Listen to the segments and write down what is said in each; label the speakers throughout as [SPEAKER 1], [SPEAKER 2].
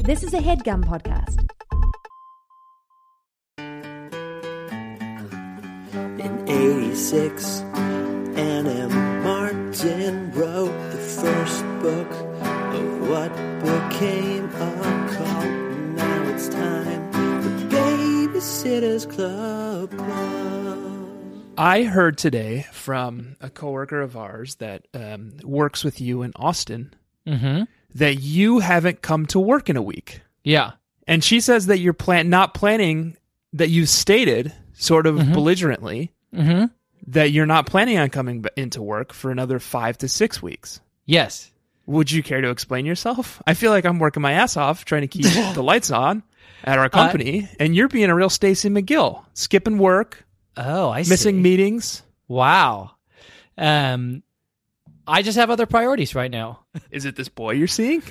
[SPEAKER 1] This is a headgum podcast.
[SPEAKER 2] In 86, Anna Martin wrote the first book of what became a cult. Now it's time for Babysitter's Club.
[SPEAKER 3] I heard today from a coworker of ours that um, works with you in Austin
[SPEAKER 4] Mm-hmm.
[SPEAKER 3] that you haven't come to work in a week,
[SPEAKER 4] Yeah.
[SPEAKER 3] and she says that you're plan not planning that you stated sort of belligerently
[SPEAKER 4] Mm-hmm.
[SPEAKER 3] that you're not planning on coming b- into work for another five to six weeks.
[SPEAKER 4] Yes.
[SPEAKER 3] Would you care to explain yourself? I feel like I'm working my ass off trying to keep the lights on at our company, and you're being a real Stacy McGill, skipping work,
[SPEAKER 4] Oh, I
[SPEAKER 3] missing meetings.
[SPEAKER 4] Wow. Um, I just have other priorities right now.
[SPEAKER 3] Is it this boy you're seeing?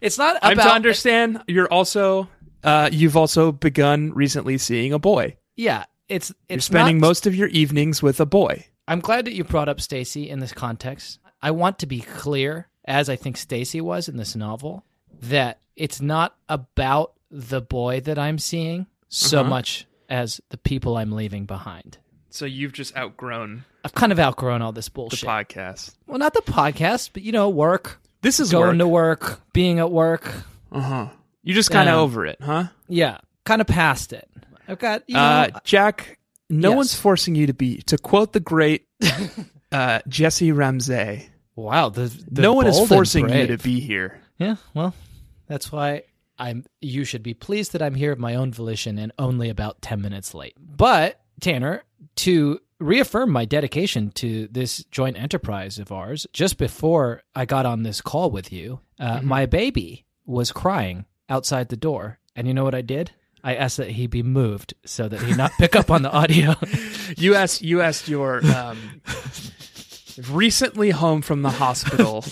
[SPEAKER 4] It's not about.
[SPEAKER 3] I'm to understand you're also uh, you've also begun recently seeing a boy.
[SPEAKER 4] Yeah. It's it's
[SPEAKER 3] You're spending
[SPEAKER 4] not-
[SPEAKER 3] most of your evenings with a boy.
[SPEAKER 4] I'm glad that you brought up Stacy in this context. I want to be clear, as I think Stacy was in this novel, that it's not about the boy that I'm seeing so
[SPEAKER 3] Mm-hmm.
[SPEAKER 4] much as the people I'm leaving behind.
[SPEAKER 3] So you've just outgrown
[SPEAKER 4] I've kind of outgrown all this bullshit.
[SPEAKER 3] podcast.
[SPEAKER 4] well, not the podcast, but you know, work,
[SPEAKER 3] This is work.
[SPEAKER 4] going to work, being at work.
[SPEAKER 3] You're just kind of
[SPEAKER 4] Yeah.
[SPEAKER 3] over it, huh?
[SPEAKER 4] Yeah, kind of past it. I've got you know,
[SPEAKER 3] Uh, Jack, no
[SPEAKER 4] Yes.
[SPEAKER 3] one's forcing you to be. To quote the great uh, Jesse Ramsey,
[SPEAKER 4] wow. The, the
[SPEAKER 3] no one is
[SPEAKER 4] bold and
[SPEAKER 3] forcing you
[SPEAKER 4] brave.
[SPEAKER 3] to be here.
[SPEAKER 4] Yeah, well, that's why I'm. You should be pleased that I'm here of my own volition and only about ten minutes late. But Tanner, to reaffirm my dedication to this joint enterprise of ours, just before I got on this call with you, uh,
[SPEAKER 3] Mm-hmm.
[SPEAKER 4] my baby was crying outside the door, and you know what I did? I asked that he be moved so that he not pick up on the audio.
[SPEAKER 3] You asked. You asked your um, recently home from the hospital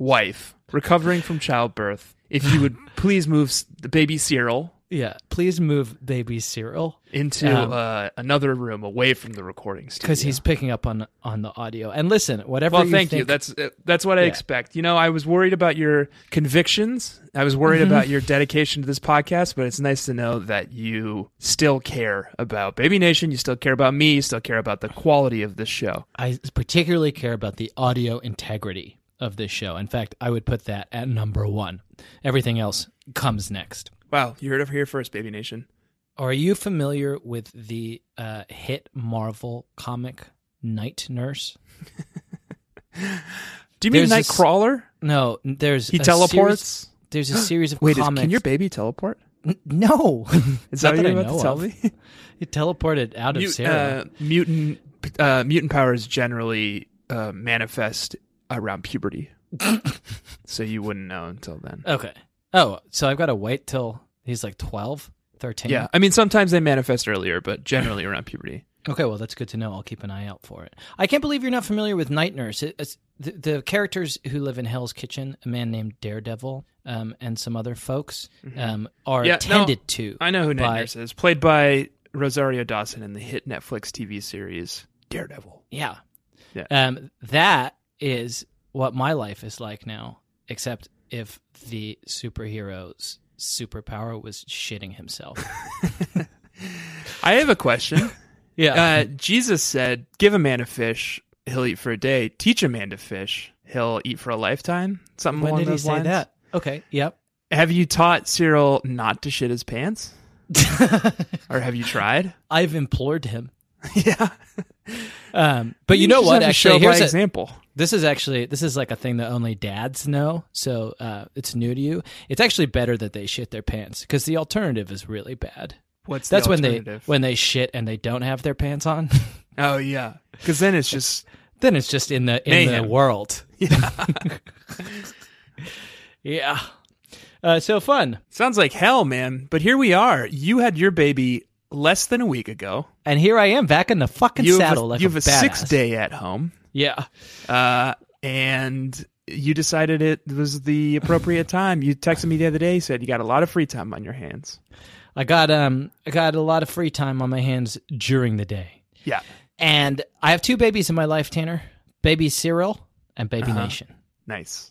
[SPEAKER 3] wife, recovering from childbirth, if you would please move s- the baby Cyril
[SPEAKER 4] yeah, please move baby Cyril.
[SPEAKER 3] into
[SPEAKER 4] Um,
[SPEAKER 3] uh, another room away from the recording studio.
[SPEAKER 4] Because he's picking up on on the audio, and listen, whatever.
[SPEAKER 3] well,
[SPEAKER 4] you
[SPEAKER 3] thank you.
[SPEAKER 4] think-
[SPEAKER 3] That's uh, that's what I
[SPEAKER 4] Yeah.
[SPEAKER 3] expect. You know, I was worried about your convictions. I was worried about your dedication to this podcast, but it's nice to know that you still care about Baby Nation. You still care about me. You still care about the quality of this show.
[SPEAKER 4] I particularly care about the audio integrity of this show. In fact, I would put that at number one. Everything else comes next.
[SPEAKER 3] Wow, you heard it here first, Baby Nation.
[SPEAKER 4] Are you familiar with the uh, hit Marvel comic Night Nurse?
[SPEAKER 3] Do you mean
[SPEAKER 4] There's this-
[SPEAKER 3] Nightcrawler?
[SPEAKER 4] No, there's
[SPEAKER 3] He
[SPEAKER 4] a
[SPEAKER 3] teleports.
[SPEAKER 4] series- there's a series of
[SPEAKER 3] Wait, is,
[SPEAKER 4] comics.
[SPEAKER 3] can your baby teleport?
[SPEAKER 4] N- no,
[SPEAKER 3] Is that
[SPEAKER 4] Not
[SPEAKER 3] what
[SPEAKER 4] I
[SPEAKER 3] you're about
[SPEAKER 4] know
[SPEAKER 3] to tell
[SPEAKER 4] of.
[SPEAKER 3] me?
[SPEAKER 4] It teleported out of
[SPEAKER 3] Mut-
[SPEAKER 4] Sarah.
[SPEAKER 3] uh, mutant uh, mutant powers generally uh, manifest around puberty, so you wouldn't know until then.
[SPEAKER 4] okay. Oh, so I've got to wait till he's like 12, 13?
[SPEAKER 3] yeah, I mean sometimes they manifest earlier, but generally around puberty.
[SPEAKER 4] Okay, well, that's good to know. I'll keep an eye out for it. I can't believe you're not familiar with Night Nurse. It, it's the, the characters who live in Hell's Kitchen, a man named Daredevil, um, and some other folks, um, are
[SPEAKER 3] Mm-hmm. Yeah, no,
[SPEAKER 4] tended to.
[SPEAKER 3] I know who Night
[SPEAKER 4] by-
[SPEAKER 3] Nurse is, played by Rosario Dawson in the hit Netflix TV series Daredevil.
[SPEAKER 4] Yeah.
[SPEAKER 3] Yeah.
[SPEAKER 4] Um, that is what my life is like now, except if the superhero's superpower was shitting himself.
[SPEAKER 3] I have a question.
[SPEAKER 4] yeah.
[SPEAKER 3] uh, Jesus said, "Give a man a fish, he'll eat for a day. Teach a man to fish, he'll eat for a lifetime." Something
[SPEAKER 4] when
[SPEAKER 3] along
[SPEAKER 4] did he
[SPEAKER 3] those
[SPEAKER 4] say
[SPEAKER 3] lines.
[SPEAKER 4] that? Okay. Yep.
[SPEAKER 3] Have you taught Cyril not to shit his pants, or have you tried?
[SPEAKER 4] I've implored him.
[SPEAKER 3] yeah,
[SPEAKER 4] Um, but you know what? Actually,
[SPEAKER 3] show by
[SPEAKER 4] here's a,
[SPEAKER 3] example.
[SPEAKER 4] This is actually this is like a thing that only dads know, so uh, it's new to you. It's actually better that they shit their pants because the alternative is really bad.
[SPEAKER 3] What's
[SPEAKER 4] That's
[SPEAKER 3] the
[SPEAKER 4] when they
[SPEAKER 3] alternative?
[SPEAKER 4] when they shit and they don't have their pants on.
[SPEAKER 3] oh yeah, because then it's just
[SPEAKER 4] then it's just in the in
[SPEAKER 3] Mayhem.
[SPEAKER 4] the world. Yeah, yeah. Uh, so fun.
[SPEAKER 3] sounds like hell, man. But here we are. You had your baby less than a week ago.
[SPEAKER 4] And here I am back in the fucking
[SPEAKER 3] You have
[SPEAKER 4] saddle
[SPEAKER 3] a,
[SPEAKER 4] like
[SPEAKER 3] you have a
[SPEAKER 4] badass.
[SPEAKER 3] six day at home,
[SPEAKER 4] Yeah,
[SPEAKER 3] uh, and you decided it was the appropriate time. You texted me the other day. You said you got a lot of free time on your hands.
[SPEAKER 4] I got um I got a lot of free time on my hands during the day,
[SPEAKER 3] Yeah,
[SPEAKER 4] and I have two babies in my life, Tanner.
[SPEAKER 3] Uh-huh.
[SPEAKER 4] Baby Cyril and Baby Nation.
[SPEAKER 3] Nice.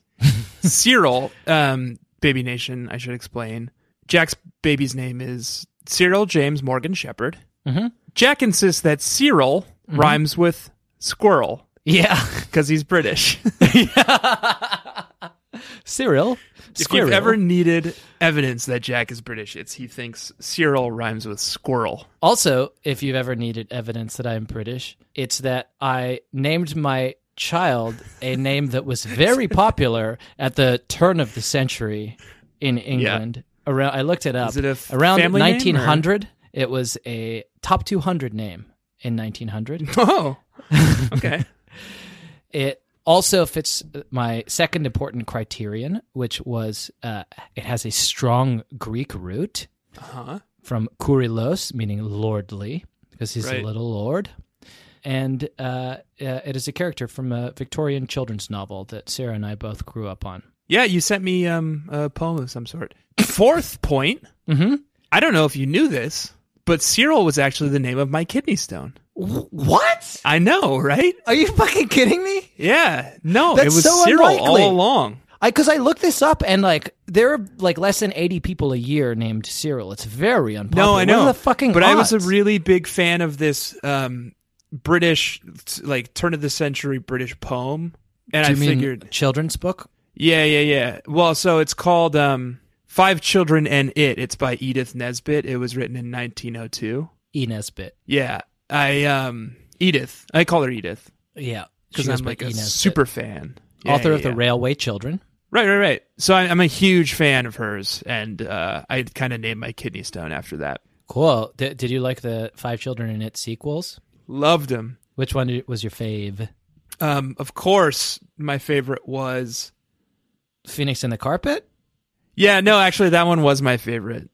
[SPEAKER 3] Cyril, um, Baby Nation, I should explain. Jack's baby's name is Cyril James Morgan Shepherd.
[SPEAKER 4] Mhm.
[SPEAKER 3] Jack insists that Cyril rhymes with squirrel
[SPEAKER 4] Yeah.
[SPEAKER 3] because he's British.
[SPEAKER 4] Cyril.
[SPEAKER 3] if you've ever needed evidence that Jack is British, it's he thinks Cyril rhymes with squirrel.
[SPEAKER 4] Also, if you've ever needed evidence that I'm British, it's that I named my child a name that was very popular at the turn of the century in England. Around I looked it up.
[SPEAKER 3] Is it a f-
[SPEAKER 4] Around
[SPEAKER 3] family name, or-
[SPEAKER 4] 1900, it was a top 200 name in 1900.
[SPEAKER 3] Oh, okay.
[SPEAKER 4] It also fits my second important criterion, which was uh, it has a strong Greek root
[SPEAKER 3] Uh-huh.
[SPEAKER 4] from Kurilos, meaning lordly, because he's
[SPEAKER 3] Right.
[SPEAKER 4] a little lord. And uh, uh, it is a character from a Victorian children's novel that Sarah and I both grew up on.
[SPEAKER 3] Yeah, you sent me um, a poem of some sort. Fourth point.
[SPEAKER 4] Mm-hmm.
[SPEAKER 3] I don't know if you knew this, but Cyril was actually the name of my kidney stone.
[SPEAKER 4] What?
[SPEAKER 3] I know, right?
[SPEAKER 4] Are you fucking kidding me?
[SPEAKER 3] Yeah. No,
[SPEAKER 4] That's
[SPEAKER 3] it was
[SPEAKER 4] so
[SPEAKER 3] Cyril
[SPEAKER 4] unlikely.
[SPEAKER 3] all along.
[SPEAKER 4] I because I looked this up and like there are like less than eighty people a year named Cyril. It's very unpopular.
[SPEAKER 3] No, I know.
[SPEAKER 4] What are the fucking.
[SPEAKER 3] but I was a
[SPEAKER 4] odds?
[SPEAKER 3] really big fan of this um, British, like turn of the century British poem, and
[SPEAKER 4] Do you
[SPEAKER 3] I
[SPEAKER 4] mean
[SPEAKER 3] figured,
[SPEAKER 4] children's book.
[SPEAKER 3] yeah, yeah, yeah. Well, so it's called um, Five Children and It. It's by Edith Nesbit. It was written in 1902.
[SPEAKER 4] Enes bit.
[SPEAKER 3] Yeah, I um, Edith. I call her Edith
[SPEAKER 4] Yeah,
[SPEAKER 3] because
[SPEAKER 4] She goes
[SPEAKER 3] I'm
[SPEAKER 4] by
[SPEAKER 3] like a
[SPEAKER 4] Enes Bit.
[SPEAKER 3] super fan. Yeah,
[SPEAKER 4] author
[SPEAKER 3] yeah,
[SPEAKER 4] of the
[SPEAKER 3] yeah.
[SPEAKER 4] Railway Children.
[SPEAKER 3] Right, right, right. So I, I'm a huge fan of hers, and uh, I kind of named my kidney stone after that.
[SPEAKER 4] Cool. D- did you like the Five Children in It sequels?
[SPEAKER 3] Loved him.
[SPEAKER 4] Which one did- was your fave?
[SPEAKER 3] Um, of course, my favorite was.
[SPEAKER 4] Phoenix in the Carpet?
[SPEAKER 3] Yeah, no, actually, that one was my favorite.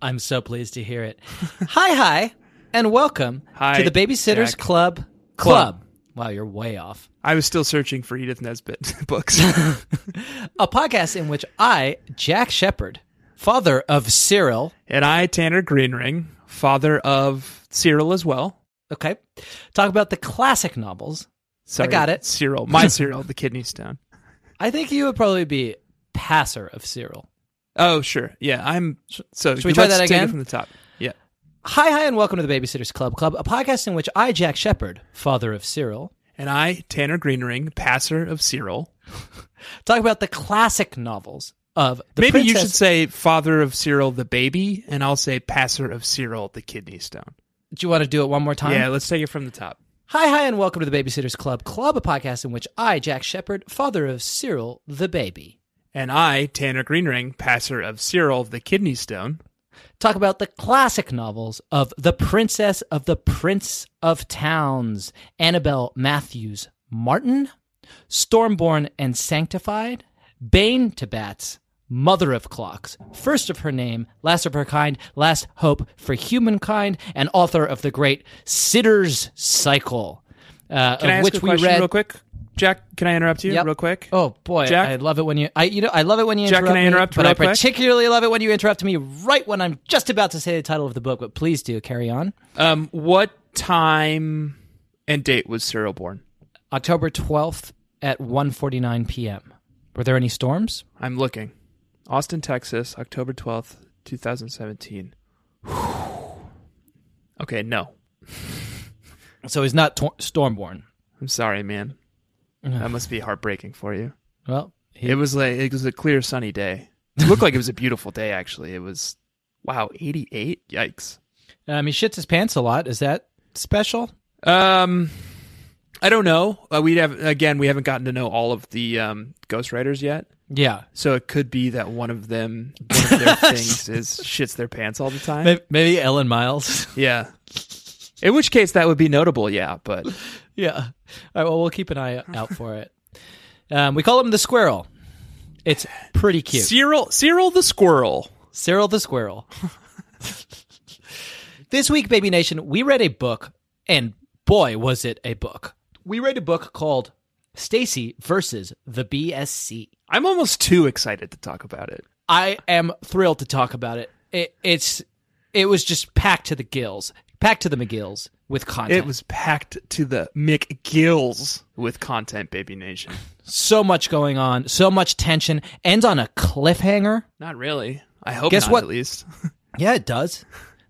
[SPEAKER 4] I'm so pleased to hear it. hi, hi, and welcome
[SPEAKER 3] Hi,
[SPEAKER 4] to the Babysitters
[SPEAKER 3] Jack.
[SPEAKER 4] Club, Club. Wow, you're way off.
[SPEAKER 3] I was still searching for Edith Nesbit books.
[SPEAKER 4] A podcast in which I, Jack Shepard, father of Cyril,
[SPEAKER 3] and I, Tanner Greenring, father of Cyril as well.
[SPEAKER 4] okay, talk about the classic novels.
[SPEAKER 3] Sorry,
[SPEAKER 4] got it.
[SPEAKER 3] Cyril, my Cyril, the kidney stone.
[SPEAKER 4] I think you would probably be passer of Cyril.
[SPEAKER 3] Oh, sure. Yeah, I'm. So
[SPEAKER 4] should we try
[SPEAKER 3] let's
[SPEAKER 4] that
[SPEAKER 3] take
[SPEAKER 4] again?
[SPEAKER 3] it from the top? Yeah.
[SPEAKER 4] Hi, hi, and welcome to the Babysitters Club Club, a podcast in which I, Jack Shepard, father of Cyril,
[SPEAKER 3] And I, Tanner Greenring, passer of Cyril.
[SPEAKER 4] talk about the classic novels of the
[SPEAKER 3] Maybe you
[SPEAKER 4] princess-
[SPEAKER 3] should say father of Cyril the baby, and I'll say passer of Cyril the kidney stone.
[SPEAKER 4] Do you want to do it one more time?
[SPEAKER 3] Yeah, let's take it from the top.
[SPEAKER 4] Hi, hi, and welcome to the Babysitters Club Club, a podcast in which I, Jack Shepard, father of Cyril the baby,
[SPEAKER 3] And I, Tanner Greenring, passer of Cyril the Kidney Stone.
[SPEAKER 4] talk about the classic novels of The Princess of the Prince of Towns, Annabelle Matthews Martin, Stormborn and Sanctified, Bane to Bats, Mother of Clocks, first of her name, last of her kind, last hope for humankind, and author of the great Sitter's Cycle. Uh,
[SPEAKER 3] Can
[SPEAKER 4] of
[SPEAKER 3] I ask
[SPEAKER 4] which
[SPEAKER 3] a
[SPEAKER 4] we
[SPEAKER 3] question
[SPEAKER 4] read
[SPEAKER 3] real quick? Jack, can I interrupt you
[SPEAKER 4] Yep.
[SPEAKER 3] real quick?
[SPEAKER 4] Oh boy,
[SPEAKER 3] Jack?
[SPEAKER 4] I love it when you I you know I love it when you
[SPEAKER 3] Jack,
[SPEAKER 4] interrupt
[SPEAKER 3] can I interrupt
[SPEAKER 4] me, but
[SPEAKER 3] real
[SPEAKER 4] I
[SPEAKER 3] quick?
[SPEAKER 4] particularly love it when you interrupt me right when I'm just about to say the title of the book, but please do carry on.
[SPEAKER 3] Um, what time and date was Cyril born?
[SPEAKER 4] October 12th at 1:49 p.m. Were there any storms?
[SPEAKER 3] I'm looking. Austin, Texas, October 12th, 2017. okay, no.
[SPEAKER 4] So he's not tor- stormborn.
[SPEAKER 3] I'm sorry, man. That must be heartbreaking for you.
[SPEAKER 4] Well, he,
[SPEAKER 3] It was like it was a clear sunny day. It looked like it was a beautiful day actually. It was wow, 88. Yikes.
[SPEAKER 4] um, he shits his pants a lot. Is that special?
[SPEAKER 3] Um, I don't know. Uh, we have again. We haven't gotten to know all of the um, ghostwriters yet,
[SPEAKER 4] Yeah.
[SPEAKER 3] so it could be that one of them, one of their things is shits their pants all the time.
[SPEAKER 4] Maybe, maybe Ellen Miles.
[SPEAKER 3] Yeah. In which case, that would be notable. Yeah, but
[SPEAKER 4] yeah. All right, well, we'll keep an eye out for it. Um, we call him the squirrel. It's pretty cute.
[SPEAKER 3] Cyril, Cyril the squirrel.
[SPEAKER 4] Cyril the Squirrel. this week, Baby Nation, we read a book, and boy, was it a book. We read a book called Stacy versus the BSC.
[SPEAKER 3] I'm almost too excited to talk about it.
[SPEAKER 4] I am thrilled to talk about it. it it's it was just packed to the gills, packed to the McGills with content.
[SPEAKER 3] It was packed to the McGills with content, Baby Nation.
[SPEAKER 4] so much going on, so much tension. Ends on a cliffhanger.
[SPEAKER 3] Not really. I hope
[SPEAKER 4] Guess
[SPEAKER 3] not,
[SPEAKER 4] what?
[SPEAKER 3] at least.
[SPEAKER 4] Yeah, it does.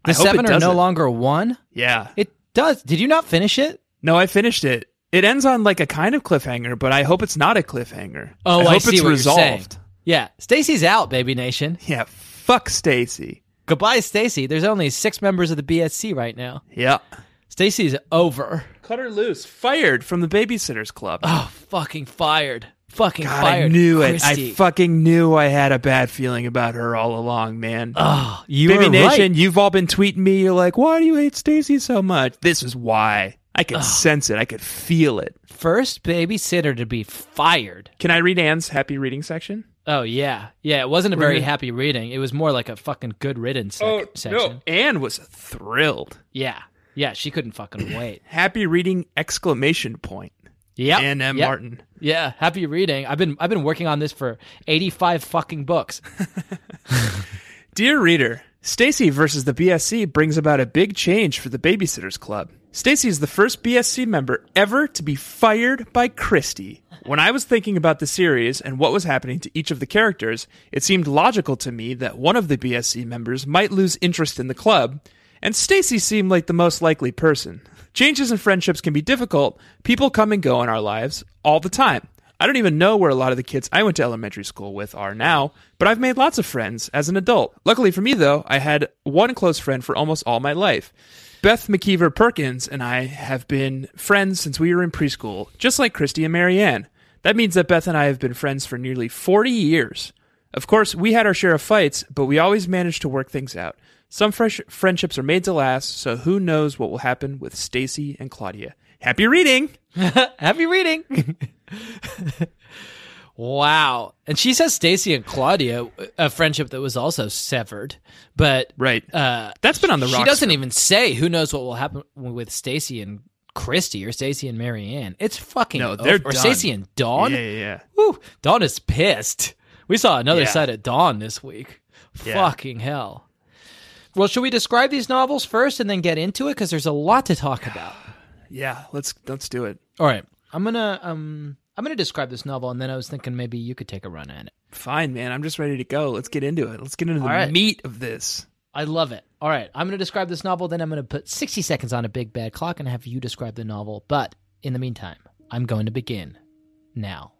[SPEAKER 3] I
[SPEAKER 4] The
[SPEAKER 3] hope it
[SPEAKER 4] seven are no
[SPEAKER 3] doesn't.
[SPEAKER 4] longer one.
[SPEAKER 3] yeah.
[SPEAKER 4] It does. Did you not finish it?
[SPEAKER 3] No, I finished it. It ends on like a kind of cliffhanger, but I hope it's not a cliffhanger. Oh, I hope
[SPEAKER 4] Oh, see
[SPEAKER 3] it's
[SPEAKER 4] what you're saying.
[SPEAKER 3] resolved.
[SPEAKER 4] Yeah, Stacy's out, baby nation.
[SPEAKER 3] Yeah. Fuck Stacy.
[SPEAKER 4] Goodbye, Stacy. There's only six members of the BSC right now.
[SPEAKER 3] Yeah.
[SPEAKER 4] Stacy's over.
[SPEAKER 3] Cut her loose. Fired from the Babysitters Club.
[SPEAKER 4] Oh, fucking fired. Fucking
[SPEAKER 3] God,
[SPEAKER 4] fired.
[SPEAKER 3] I knew
[SPEAKER 4] Christy.
[SPEAKER 3] it. I fucking knew I had a bad feeling about her all along, man.
[SPEAKER 4] Oh, you
[SPEAKER 3] Baby
[SPEAKER 4] were
[SPEAKER 3] Nation,
[SPEAKER 4] right.
[SPEAKER 3] you've all been tweeting me. You're like, why do you hate Stacy so much? This is why. I could sense it. I could feel it.
[SPEAKER 4] First babysitter to be fired.
[SPEAKER 3] Can I read Anne's happy reading section?
[SPEAKER 4] Oh yeah, yeah. It wasn't a very
[SPEAKER 3] gonna-
[SPEAKER 4] happy reading. It was more like a fucking good riddance
[SPEAKER 3] Oh,
[SPEAKER 4] sec- section.
[SPEAKER 3] Anne was thrilled.
[SPEAKER 4] Yeah, yeah. She couldn't fucking wait.
[SPEAKER 3] Happy reading exclamation point.
[SPEAKER 4] Yeah,
[SPEAKER 3] Anne M.
[SPEAKER 4] Yep.
[SPEAKER 3] Martin.
[SPEAKER 4] Yeah, happy reading. I've been I've been working on this for eighty five fucking books.
[SPEAKER 3] Dear reader, Stacy versus the BSC brings about a big change for the Babysitters Club. Stacy is the first BSC member ever to be fired by Christie. When I was thinking about the series and what was happening to each of the characters, it seemed logical to me that one of the BSC members might lose interest in the club, and Stacy seemed like the most likely person. Changes in friendships can be difficult. People come and go in our lives all the time. I don't even know where a lot of the kids I went to elementary school with are now, but I've made lots of friends as an adult. Luckily for me, though, I had one close friend for almost all my life. Beth McKeever Perkins and I have been friends since we were in preschool, just like Christy and Marianne. That means that Beth and I have been friends for nearly 40 years. Of course, we had our share of fights, but we always managed to work things out. Some fresh friendships are made to last, so who knows what will happen with Stacy and Claudia. Happy reading!
[SPEAKER 4] happy reading. wow. And she says Stacy and Claudia, a friendship that was also severed, but
[SPEAKER 3] Right.
[SPEAKER 4] uh,
[SPEAKER 3] That's been on the
[SPEAKER 4] she
[SPEAKER 3] rocks.
[SPEAKER 4] doesn't even say who knows what will happen with Stacy and Christy or Stacy and Marianne. It's fucking
[SPEAKER 3] No,
[SPEAKER 4] over.
[SPEAKER 3] they're
[SPEAKER 4] or
[SPEAKER 3] done.
[SPEAKER 4] Stacy and Dawn.
[SPEAKER 3] Yeah, yeah, yeah.
[SPEAKER 4] Woo, Dawn is pissed. We saw another
[SPEAKER 3] Yeah.
[SPEAKER 4] side of Dawn this week.
[SPEAKER 3] Yeah.
[SPEAKER 4] Fucking hell. Well, should we describe these novels first and then get into it? Because there's a lot to talk about.
[SPEAKER 3] Yeah, let's let's do it.
[SPEAKER 4] All right, I'm gonna um I'm gonna describe this novel, and then I was thinking maybe you could take a run at it.
[SPEAKER 3] Fine, man. I'm just ready to go. Let's get into it. Let's get into the
[SPEAKER 4] All right.
[SPEAKER 3] meat of this.
[SPEAKER 4] I love it. All right, I'm gonna describe this novel, then I'm gonna put 60 seconds on a big bad clock and have you describe the novel. But in the meantime, I'm going to begin now.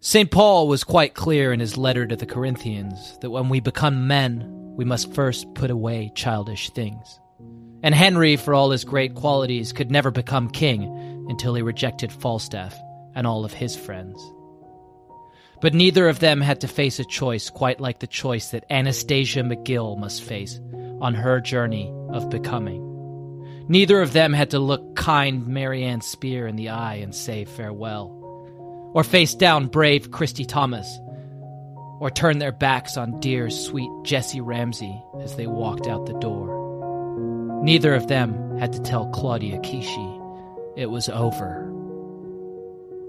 [SPEAKER 4] St. Paul was quite clear in his letter to the Corinthians that when we become men, we must first put away childish things. And Henry, for all his great qualities, could never become king until he rejected Falstaff and all of his friends. But neither of them had to face a choice quite like the choice that Anastasia McGill must face on her journey of becoming. Neither of them had to look kind Marianne Spear in the eye and say farewell, or face down brave Christy Thomas, or turn their backs on dear, sweet Jessie Ramsey as they walked out the door. Neither of them had to tell Claudia Kishi it was over.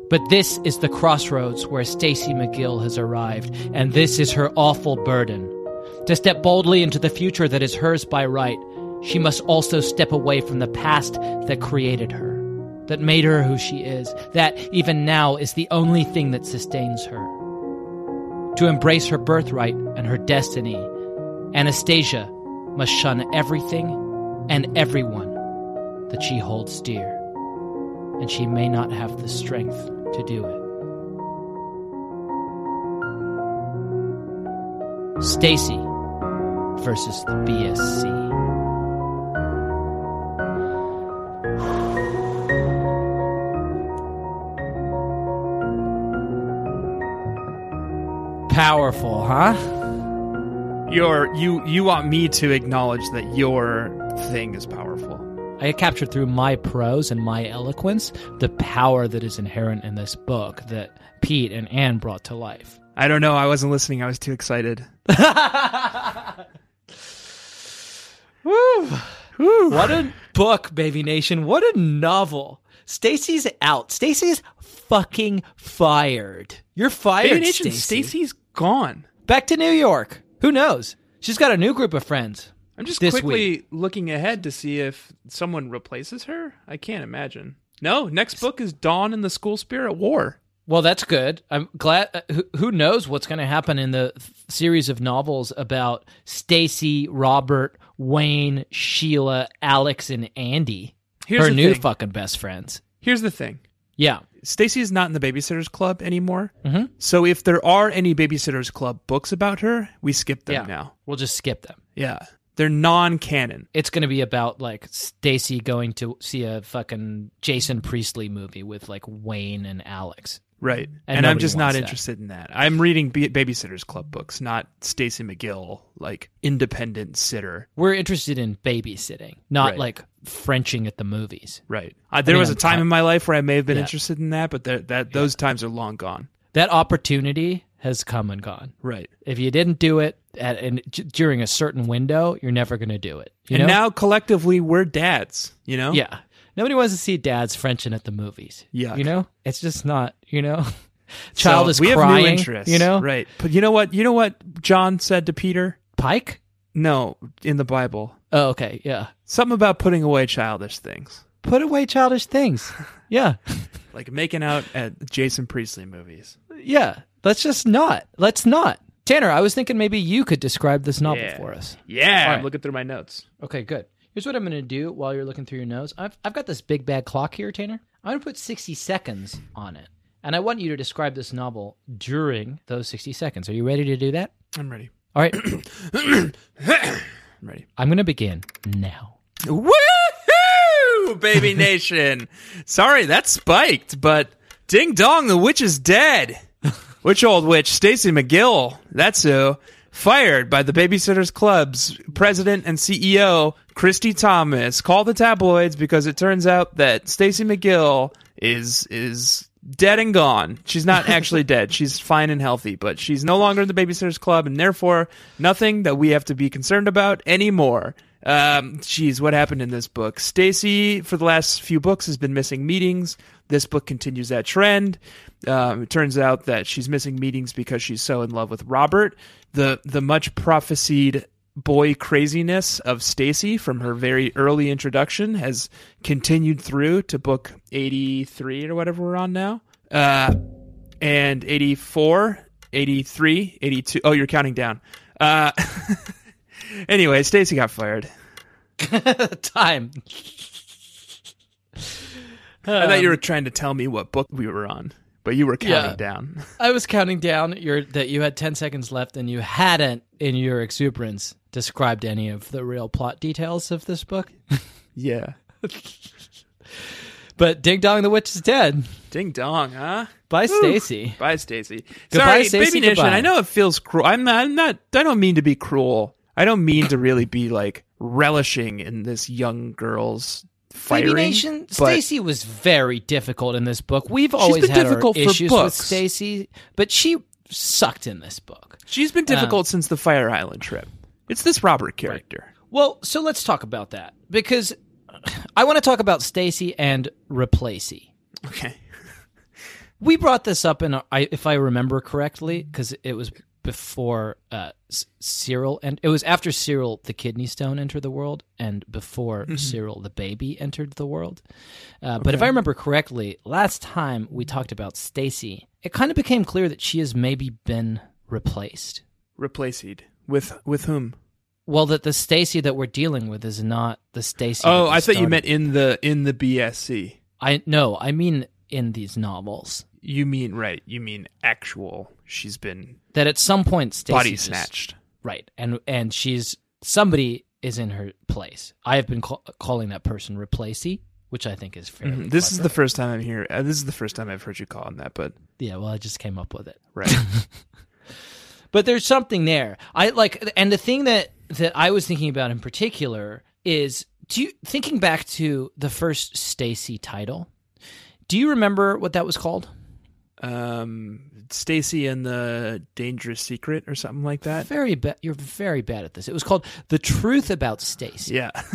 [SPEAKER 4] But this is the crossroads where Stacy McGill has arrived, and this is her awful burden. To step boldly into the future that is hers by right, she must also step away from the past that created her, that made her who she is, that even now is the only thing that sustains her. To embrace her birthright and her destiny, Anastasia must shun everything and everyone that she holds dear and she may not have the strength to do it. Stacy versus the BSC. Powerful, huh?
[SPEAKER 3] Your you you want me to acknowledge that your thing is powerful.
[SPEAKER 4] I captured through my prose and my eloquence the power that is inherent in this book that Pete and Anne brought to life.
[SPEAKER 3] I don't know. I wasn't listening. I was too excited.
[SPEAKER 4] What a book, Baby Nation. What a novel. Stacy's out. Stacy's fucking fired. You're
[SPEAKER 3] Baby
[SPEAKER 4] fired,
[SPEAKER 3] Nation,
[SPEAKER 4] Stacy.
[SPEAKER 3] Stacy's gone.
[SPEAKER 4] Back to New York. Who knows? She's got a new group of friends.
[SPEAKER 3] I'm just
[SPEAKER 4] This
[SPEAKER 3] quickly looking ahead to see if someone replaces her. I can't imagine. No, next book is Dawn and the School Spirit War.
[SPEAKER 4] Well, that's good. I'm glad. Uh, who, who knows what's going to happen in the th- series of novels about Stacy, Robert, Wayne, Sheila, Alex, and Andy,
[SPEAKER 3] Here's
[SPEAKER 4] her
[SPEAKER 3] the
[SPEAKER 4] new
[SPEAKER 3] thing.
[SPEAKER 4] fucking best friends.
[SPEAKER 3] Here's the thing.
[SPEAKER 4] Yeah,
[SPEAKER 3] Stacy is not in the Babysitters Club anymore.
[SPEAKER 4] Mm-hmm.
[SPEAKER 3] So if there are any Babysitters Club books about her, we skip them
[SPEAKER 4] yeah.
[SPEAKER 3] now.
[SPEAKER 4] we'll just skip them.
[SPEAKER 3] Yeah. They're non canon.
[SPEAKER 4] It's going to be about like Stacy going to see a fucking Jason Priestley movie with like Wayne and Alex.
[SPEAKER 3] Right. And,
[SPEAKER 4] And
[SPEAKER 3] I'm
[SPEAKER 4] nobody
[SPEAKER 3] just not
[SPEAKER 4] wants that.
[SPEAKER 3] interested in that. I'm reading B- Babysitters Club books, not Stacy McGill, like independent sitter.
[SPEAKER 4] We're interested in babysitting, not
[SPEAKER 3] Right.
[SPEAKER 4] like Frenching at the movies.
[SPEAKER 3] Right. Uh, there
[SPEAKER 4] mean,
[SPEAKER 3] was a
[SPEAKER 4] I'm-
[SPEAKER 3] time in my life where I may have been
[SPEAKER 4] Yeah.
[SPEAKER 3] interested in that, but that, that those times are long gone.
[SPEAKER 4] That opportunity has come and gone.
[SPEAKER 3] Right.
[SPEAKER 4] If you didn't do it at an, j- during a certain window, you're never going to do it. You
[SPEAKER 3] and
[SPEAKER 4] know?
[SPEAKER 3] now collectively we're dads, you know?
[SPEAKER 4] yeah, nobody wants to see dad's Frenching at the movies.
[SPEAKER 3] Yuck.
[SPEAKER 4] you know, it's just not. You know, child
[SPEAKER 3] So
[SPEAKER 4] is
[SPEAKER 3] we have
[SPEAKER 4] crying.
[SPEAKER 3] new interests.
[SPEAKER 4] You know,
[SPEAKER 3] Right. But you know what? You know what John said to Peter?
[SPEAKER 4] Pike.
[SPEAKER 3] No, in the Bible.
[SPEAKER 4] Oh, okay, yeah.
[SPEAKER 3] Something about putting away childish things,
[SPEAKER 4] Put away childish things. Yeah,
[SPEAKER 3] like making out at Jason Priestley movies.
[SPEAKER 4] yeah. Let's just not. Let's not. Tanner, I was thinking maybe you could describe this novel
[SPEAKER 3] Yeah.
[SPEAKER 4] for us.
[SPEAKER 3] Yeah,
[SPEAKER 4] All
[SPEAKER 3] I'm
[SPEAKER 4] right.
[SPEAKER 3] looking through my notes.
[SPEAKER 4] Okay, good. Here's what I'm going to do while you're looking through your nose. I've, I've got this big bad clock here, Tanner. I'm going to put 60 seconds on it. And I want you to describe this novel during those 60 seconds. Are you ready to do that?
[SPEAKER 3] I'm ready.
[SPEAKER 4] All right.
[SPEAKER 3] I'm ready.
[SPEAKER 4] I'm going to begin now.
[SPEAKER 3] Woohoo, baby nation! Sorry, that spiked, but ding dong, the witch is dead. Which old witch? Stacy McGill. That's who. Fired by the Babysitters Club's president and CEO, Christy Thomas. Call the tabloids because it turns out that Stacy McGill is is dead and gone. She's not actually dead. She's fine and healthy, but she's no longer in the Babysitters Club, and therefore nothing that we have to be concerned about anymore. Um, geez, what happened in this book? Stacy, for the last few books, has been missing meetings. This book continues that trend. Um, it turns out that she's missing meetings because she's so in love with Robert, the the much prophesied boy craziness of Stacy from her very early introduction has continued through to book 83 or whatever we're on now. Uh, and 84, 83, 82. Oh, you're counting down. Uh, anyway, Stacy got fired.
[SPEAKER 4] Time. Uh,
[SPEAKER 3] I thought you were trying to tell me what book we were on, but you were counting
[SPEAKER 4] Yeah.
[SPEAKER 3] down.
[SPEAKER 4] I was counting down your, that you had 10 seconds left and you hadn't, in your exuberance, described any of the real plot details of this book.
[SPEAKER 3] yeah.
[SPEAKER 4] But Ding Dong the Witch is Dead
[SPEAKER 3] Ding dong, huh?
[SPEAKER 4] by Stacy.
[SPEAKER 3] Bye, Stacy.
[SPEAKER 4] Goodbye,
[SPEAKER 3] Sorry,
[SPEAKER 4] Stacey,
[SPEAKER 3] baby nation.
[SPEAKER 4] goodbye.
[SPEAKER 3] I know it feels cruel. I'm not, I'm not. I don't mean to be cruel. I don't mean to really be like relishing in this young girl's firing.
[SPEAKER 4] Baby Nation,
[SPEAKER 3] but
[SPEAKER 4] Stacy was very difficult in this book. We've always
[SPEAKER 3] been
[SPEAKER 4] had
[SPEAKER 3] difficult
[SPEAKER 4] our
[SPEAKER 3] for
[SPEAKER 4] issues with
[SPEAKER 3] books.
[SPEAKER 4] Stacy, but she sucked in this book.
[SPEAKER 3] she's been
[SPEAKER 4] Um.
[SPEAKER 3] difficult since the Fire Island trip. It's this Robert character.
[SPEAKER 4] Well, so let's talk about that because I want to talk about Stacy and Replacey.
[SPEAKER 3] Okay.
[SPEAKER 4] We brought this up in, our, I, if I remember correctly, because it was before uh, S- Cyril, and it was after Cyril the kidney stone entered the world, and before
[SPEAKER 3] Mm-hmm.
[SPEAKER 4] Cyril the baby entered the world. Uh, But if I remember correctly, last time we talked about Stacy, it kind of became clear that she has maybe been replaced.
[SPEAKER 3] Replaced with with whom?
[SPEAKER 4] Well, that the Stacy that we're dealing with is not the Stacy.
[SPEAKER 3] Oh,
[SPEAKER 4] that we
[SPEAKER 3] I thought you
[SPEAKER 4] started-
[SPEAKER 3] meant in the in the BSC.
[SPEAKER 4] I no, I mean in these novels
[SPEAKER 3] You mean right? You mean actual? She's been
[SPEAKER 4] that at some point Stacy
[SPEAKER 3] body
[SPEAKER 4] just-
[SPEAKER 3] snatched.
[SPEAKER 4] Right. And and she's somebody is in her place. I have been call, calling that person replacee, which I think is fair.
[SPEAKER 3] Mhm. This is the first time I'm here. Uh, this is the first time I've heard you call him that. But
[SPEAKER 4] Yeah, well, I just came up with it.
[SPEAKER 3] right.
[SPEAKER 4] But there's something there. I like and the thing that that I was thinking about in particular is do you thinking back to the first Stacy title? Do you remember what that was called?
[SPEAKER 3] um Stacy and the Dangerous Secret or something like that.
[SPEAKER 4] Very bad. You're very bad at this. It was called "The Truth About Stacy."
[SPEAKER 3] Yeah.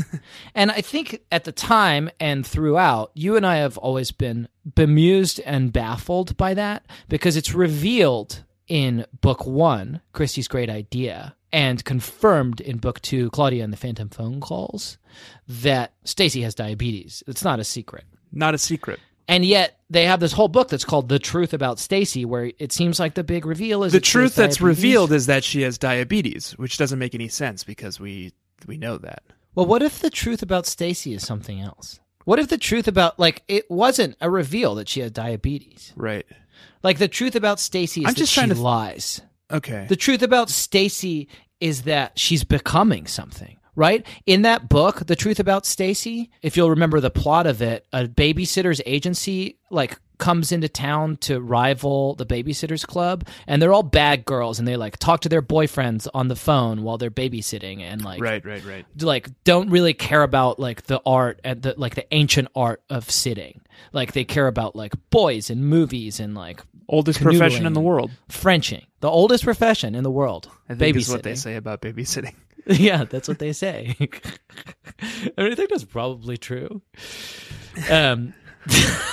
[SPEAKER 4] And I think at the time and throughout, you and I have always been bemused and baffled by that because it's revealed in book one, Christie's great idea, and confirmed in book two, Claudia and the Phantom Phone Calls, that Stacy has diabetes. It's not a secret.
[SPEAKER 3] Not a secret.
[SPEAKER 4] And yet they have this whole book that's called The Truth About Stacy, where it seems like the big reveal is
[SPEAKER 3] The
[SPEAKER 4] that she has
[SPEAKER 3] truth that's
[SPEAKER 4] diabetes.
[SPEAKER 3] revealed is that she has diabetes, which doesn't make any sense because we we know that.
[SPEAKER 4] Well, what if the truth about Stacy is something else? What if the truth about like it wasn't a reveal that she had diabetes?
[SPEAKER 3] Right.
[SPEAKER 4] Like the truth about Stacy is
[SPEAKER 3] I'm
[SPEAKER 4] that
[SPEAKER 3] just
[SPEAKER 4] she
[SPEAKER 3] trying to-
[SPEAKER 4] lies.
[SPEAKER 3] Okay.
[SPEAKER 4] The truth about Stacy is that she's becoming something, right? In that book, The Truth About Stacy, if you'll remember the plot of it, a babysitter's agency like comes into town to rival the babysitters club and they're all bad girls and they like talk to their boyfriends on the phone while they're babysitting and like
[SPEAKER 3] right, right, right.
[SPEAKER 4] like don't really care about like the art and the like the ancient art of sitting. Like they care about like boys and movies and like
[SPEAKER 3] Oldest
[SPEAKER 4] canoodling
[SPEAKER 3] profession in the
[SPEAKER 4] and
[SPEAKER 3] world.
[SPEAKER 4] Frenching, the oldest profession in the world.
[SPEAKER 3] I think is
[SPEAKER 4] babysitting.
[SPEAKER 3] what they say about babysitting.
[SPEAKER 4] yeah, that's what they say. I mean, I think that's probably true. Um,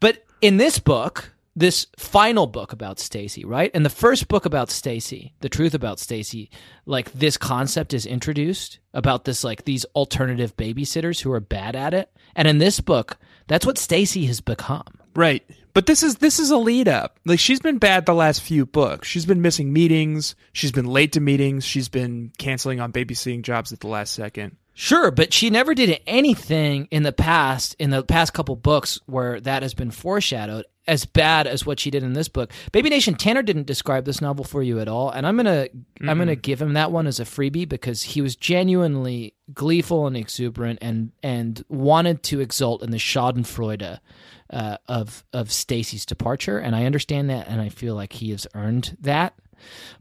[SPEAKER 4] but in this book, this final book about Stacy, right? And the first book about Stacy, the truth about Stacy, like this concept is introduced about this, like these alternative babysitters who are bad at it. And in this book, that's what Stacy has become.
[SPEAKER 3] Right. But this is this is a lead up. Like she's been bad the last few books. She's been missing meetings, she's been late to meetings, she's been canceling on babysitting jobs at the last second.
[SPEAKER 4] Sure, but she never did anything in the past, in the past couple books where that has been foreshadowed as bad as what she did in this book. Baby Nation Tanner didn't describe this novel for you at all, and I'm going to I'm going to give him that one as a freebie because he was genuinely gleeful and exuberant and and wanted to exult in the schadenfreude uh, of of Stacy's departure, and I understand that and I feel like he has earned that.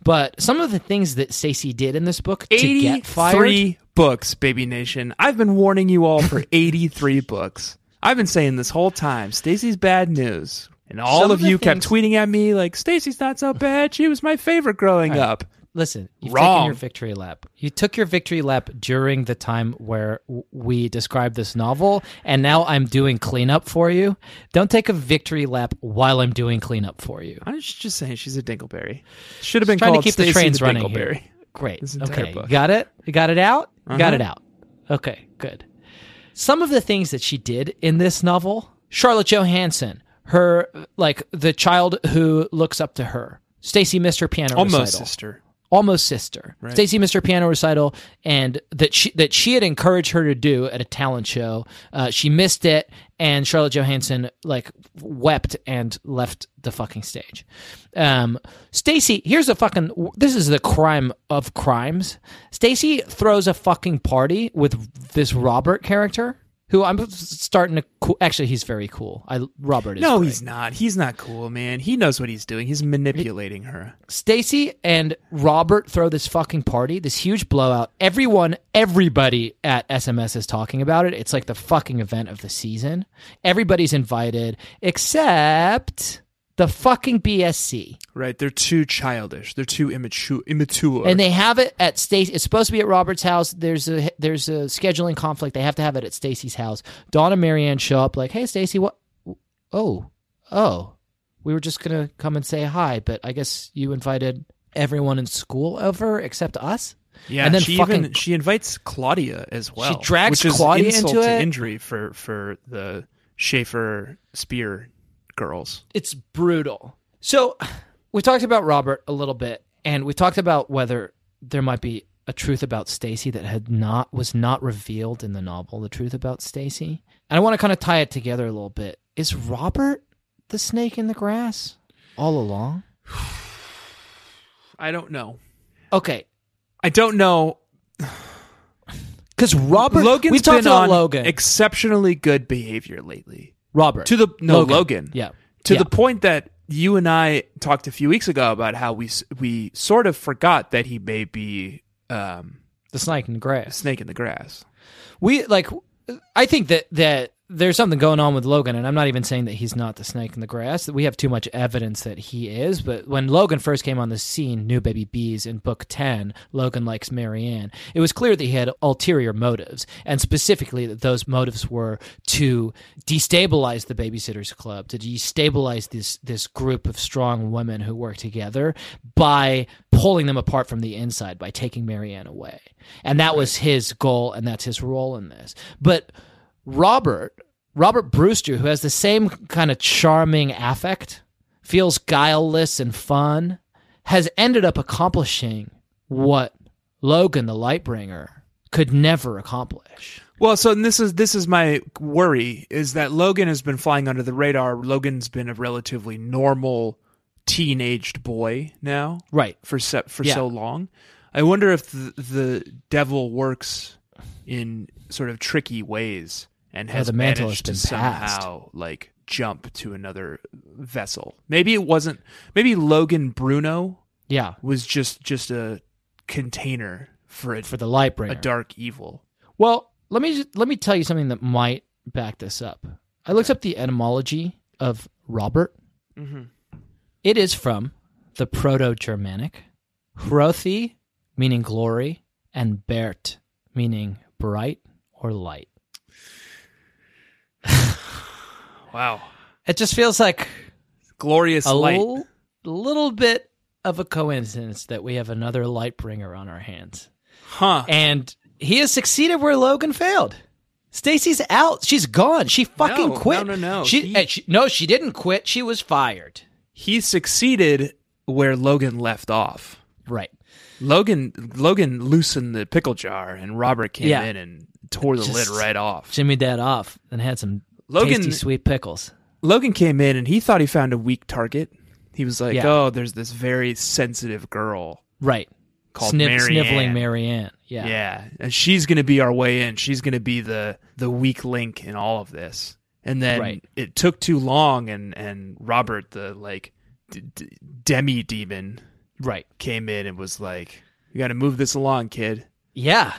[SPEAKER 4] But some of the things that Stacy did in this book to get fired
[SPEAKER 3] 83 books, Baby Nation. I've been warning you all for 83 books. I've been saying this whole time, Stacy's bad news. And all
[SPEAKER 4] Some
[SPEAKER 3] of
[SPEAKER 4] of the
[SPEAKER 3] you kept
[SPEAKER 4] things-
[SPEAKER 3] tweeting at me like Stacy's not so bad. She was my favorite growing up.
[SPEAKER 4] Listen, you've taken
[SPEAKER 3] Wrong.
[SPEAKER 4] your victory lap. You took your victory lap during the time where w- we described this novel, and now I'm doing cleanup for you. Don't take a victory lap while I'm doing cleanup for you.
[SPEAKER 3] I'm just just saying she's a dingleberry. Should have been
[SPEAKER 4] Trying to
[SPEAKER 3] called
[SPEAKER 4] keep the
[SPEAKER 3] Stacy
[SPEAKER 4] trains running
[SPEAKER 3] Dingleberry.
[SPEAKER 4] here. Great.
[SPEAKER 3] This entire
[SPEAKER 4] Okay.
[SPEAKER 3] book.
[SPEAKER 4] You got it? You got it out? You
[SPEAKER 3] Uh-huh.
[SPEAKER 4] Got it out. Okay, good. Some of the things that she did in this novel, Charlotte Johansson, her like the child who looks up to her. Stacy missed her piano
[SPEAKER 3] Almost
[SPEAKER 4] recital
[SPEAKER 3] sister.
[SPEAKER 4] almost sister stacy missed her piano recital and that she that she had encouraged her to do at a talent show uh, she missed it and charlotte johansson like wept and left the fucking stage um, stacy here's a fucking this is the crime of crimes stacy throws a fucking party with this robert character who i'm starting to co- actually he's very cool i robert is
[SPEAKER 3] No,
[SPEAKER 4] great.
[SPEAKER 3] he's not. He's not cool, man. He knows what he's doing. He's manipulating her.
[SPEAKER 4] Stacy and Robert throw this fucking party, this huge blowout. Everyone, everybody at SMS is talking about it. It's like the fucking event of the season. Everybody's invited except the fucking BSC.
[SPEAKER 3] Right? They're too childish. They're too immature. Immature.
[SPEAKER 4] And they have it at Stacy. It's supposed to be at Robert's house. There's a there's a scheduling conflict. They have to have it at Stacy's house. Dawn and Marianne show up like, "Hey, Stacy, what? Oh, oh, we were just gonna come and say hi, but I guess you invited everyone in school over except us.
[SPEAKER 3] yeah,
[SPEAKER 4] and then
[SPEAKER 3] she
[SPEAKER 4] fucking-
[SPEAKER 3] even she invites Claudia as well.
[SPEAKER 4] drags
[SPEAKER 3] which is
[SPEAKER 4] Claudia
[SPEAKER 3] insult
[SPEAKER 4] into
[SPEAKER 3] to
[SPEAKER 4] it.
[SPEAKER 3] injury for for the Schaefer Spear girls.
[SPEAKER 4] It's brutal. So we talked about Robert a little bit, and we talked about whether there might be a truth about Stacy that had not was not revealed in the novel. The truth about Stacy, and I want to kind of tie it together a little bit. Is Robert the snake in the grass all along?
[SPEAKER 3] I don't know.
[SPEAKER 4] Okay,
[SPEAKER 3] I don't know.
[SPEAKER 4] because Robert
[SPEAKER 3] Logan's
[SPEAKER 4] we talked
[SPEAKER 3] been
[SPEAKER 4] about
[SPEAKER 3] on
[SPEAKER 4] Logan.
[SPEAKER 3] exceptionally good behavior lately.
[SPEAKER 4] Robert
[SPEAKER 3] To the no Logan.
[SPEAKER 4] Yeah.
[SPEAKER 3] to
[SPEAKER 4] Yeah.
[SPEAKER 3] the point that you and I talked a few weeks ago about how we s- we sort of forgot that he may be um,
[SPEAKER 4] the snake in the grass.
[SPEAKER 3] a snake in the grass.
[SPEAKER 4] we like i think that that there's something going on with Logan, and I'm not even saying that he's not the snake in the grass. We have too much evidence that he is. But when Logan first came on the scene, New Baby Bees in book 10, Logan likes Marianne, it was clear that he had ulterior motives, and specifically that those motives were to destabilize the Babysitters Club, to destabilize this, this group of strong women who work together by pulling them apart from the inside, by taking Marianne away. And that was his goal, and that's his role in this. But Robert, Robert Brewster, who has the same kind of charming affect, feels guileless and fun, has ended up accomplishing what Logan the Lightbringer could never accomplish.
[SPEAKER 3] Well, so and this is this is my worry is that Logan has been flying under the radar. Logan's been a relatively normal teenaged boy now
[SPEAKER 4] Right.
[SPEAKER 3] for se- for
[SPEAKER 4] Yeah.
[SPEAKER 3] so long. I wonder if the, the devil works in sort of tricky ways and
[SPEAKER 4] Or
[SPEAKER 3] has
[SPEAKER 4] the mantle
[SPEAKER 3] managed
[SPEAKER 4] has
[SPEAKER 3] to
[SPEAKER 4] been passed.
[SPEAKER 3] somehow like jump to another vessel. Maybe it wasn't. Maybe Logan Bruno
[SPEAKER 4] Yeah.
[SPEAKER 3] was just just a container for a,
[SPEAKER 4] For the
[SPEAKER 3] a
[SPEAKER 4] Lightbringer.
[SPEAKER 3] dark evil.
[SPEAKER 4] well, let me just, let me tell you something that might back this up. I looked up the etymology of Robert.
[SPEAKER 3] Mhm.
[SPEAKER 4] It is from the Proto Germanic, Hrothi, meaning glory, and Bert, meaning bright or light.
[SPEAKER 3] Wow,
[SPEAKER 4] It just feels like
[SPEAKER 3] glorious
[SPEAKER 4] a
[SPEAKER 3] light.
[SPEAKER 4] little, little bit of a coincidence that we have another light bringer on our hands.
[SPEAKER 3] Huh.
[SPEAKER 4] And he has succeeded where Logan failed. Stacy's out. She's gone. She fucking
[SPEAKER 3] No,
[SPEAKER 4] quit.
[SPEAKER 3] no, no, no.
[SPEAKER 4] She,
[SPEAKER 3] He-
[SPEAKER 4] eh, she- no, she didn't quit. She was fired.
[SPEAKER 3] he succeeded where Logan left off.
[SPEAKER 4] Right.
[SPEAKER 3] Logan Logan loosened the pickle jar and Robert came
[SPEAKER 4] Yeah.
[SPEAKER 3] in and tore the
[SPEAKER 4] Just-
[SPEAKER 3] lid right off.
[SPEAKER 4] Jimmied that off and had some
[SPEAKER 3] Logan-
[SPEAKER 4] tasty sweet pickles.
[SPEAKER 3] Logan came in and he thought he found a weak target. He was like,
[SPEAKER 4] Yeah.
[SPEAKER 3] "Oh, there's this very sensitive girl
[SPEAKER 4] Right.
[SPEAKER 3] called
[SPEAKER 4] Snip-
[SPEAKER 3] Marianne.
[SPEAKER 4] sniveling Marianne. Yeah.
[SPEAKER 3] Yeah, and she's going to be our way in. She's going to be the the weak link in all of this. And then
[SPEAKER 4] Right.
[SPEAKER 3] it took too long, and and Robert, the like d- d- demi demon,
[SPEAKER 4] Right.
[SPEAKER 3] came in and was like, "You got to move this along, kid."
[SPEAKER 4] Yeah.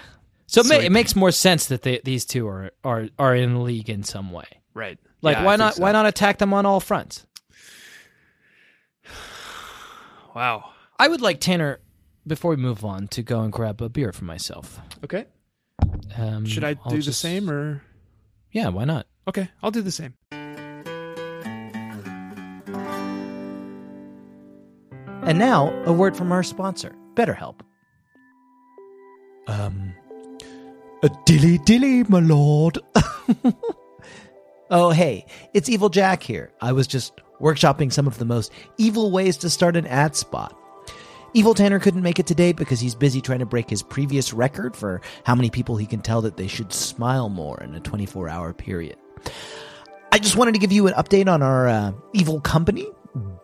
[SPEAKER 4] So, it ma-
[SPEAKER 3] So he-
[SPEAKER 4] it makes more sense that they, these two are, are are in league in some way.
[SPEAKER 3] Right?
[SPEAKER 4] Like
[SPEAKER 3] Yeah, I
[SPEAKER 4] why
[SPEAKER 3] think
[SPEAKER 4] not
[SPEAKER 3] so.
[SPEAKER 4] why not attack them on all fronts?
[SPEAKER 3] Wow.
[SPEAKER 4] I would like Tanner before we move on to go and grab a beer for myself.
[SPEAKER 3] Okay.
[SPEAKER 4] Um,
[SPEAKER 3] Should I
[SPEAKER 4] I'll
[SPEAKER 3] do the
[SPEAKER 4] just-
[SPEAKER 3] same or?
[SPEAKER 4] Yeah, why not?
[SPEAKER 3] Okay, I'll do the same.
[SPEAKER 4] And now, a word from our sponsor, BetterHelp. Um, a dilly dilly, my lord.
[SPEAKER 5] Oh, hey, it's Evil Jack here. I was just workshopping some of the most evil ways to start an ad spot. Evil Tanner couldn't make it today because he's busy trying to break his previous record for how many people he can tell that they should smile more in a 24 hour period. I just wanted to give you an update on our uh, evil company,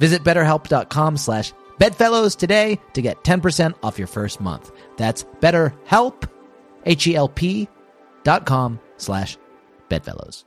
[SPEAKER 5] Visit betterhelp.com slash bedfellows today to get 10% off your first month. That's betterhelp, E H-E-L-P dot com slash bedfellows.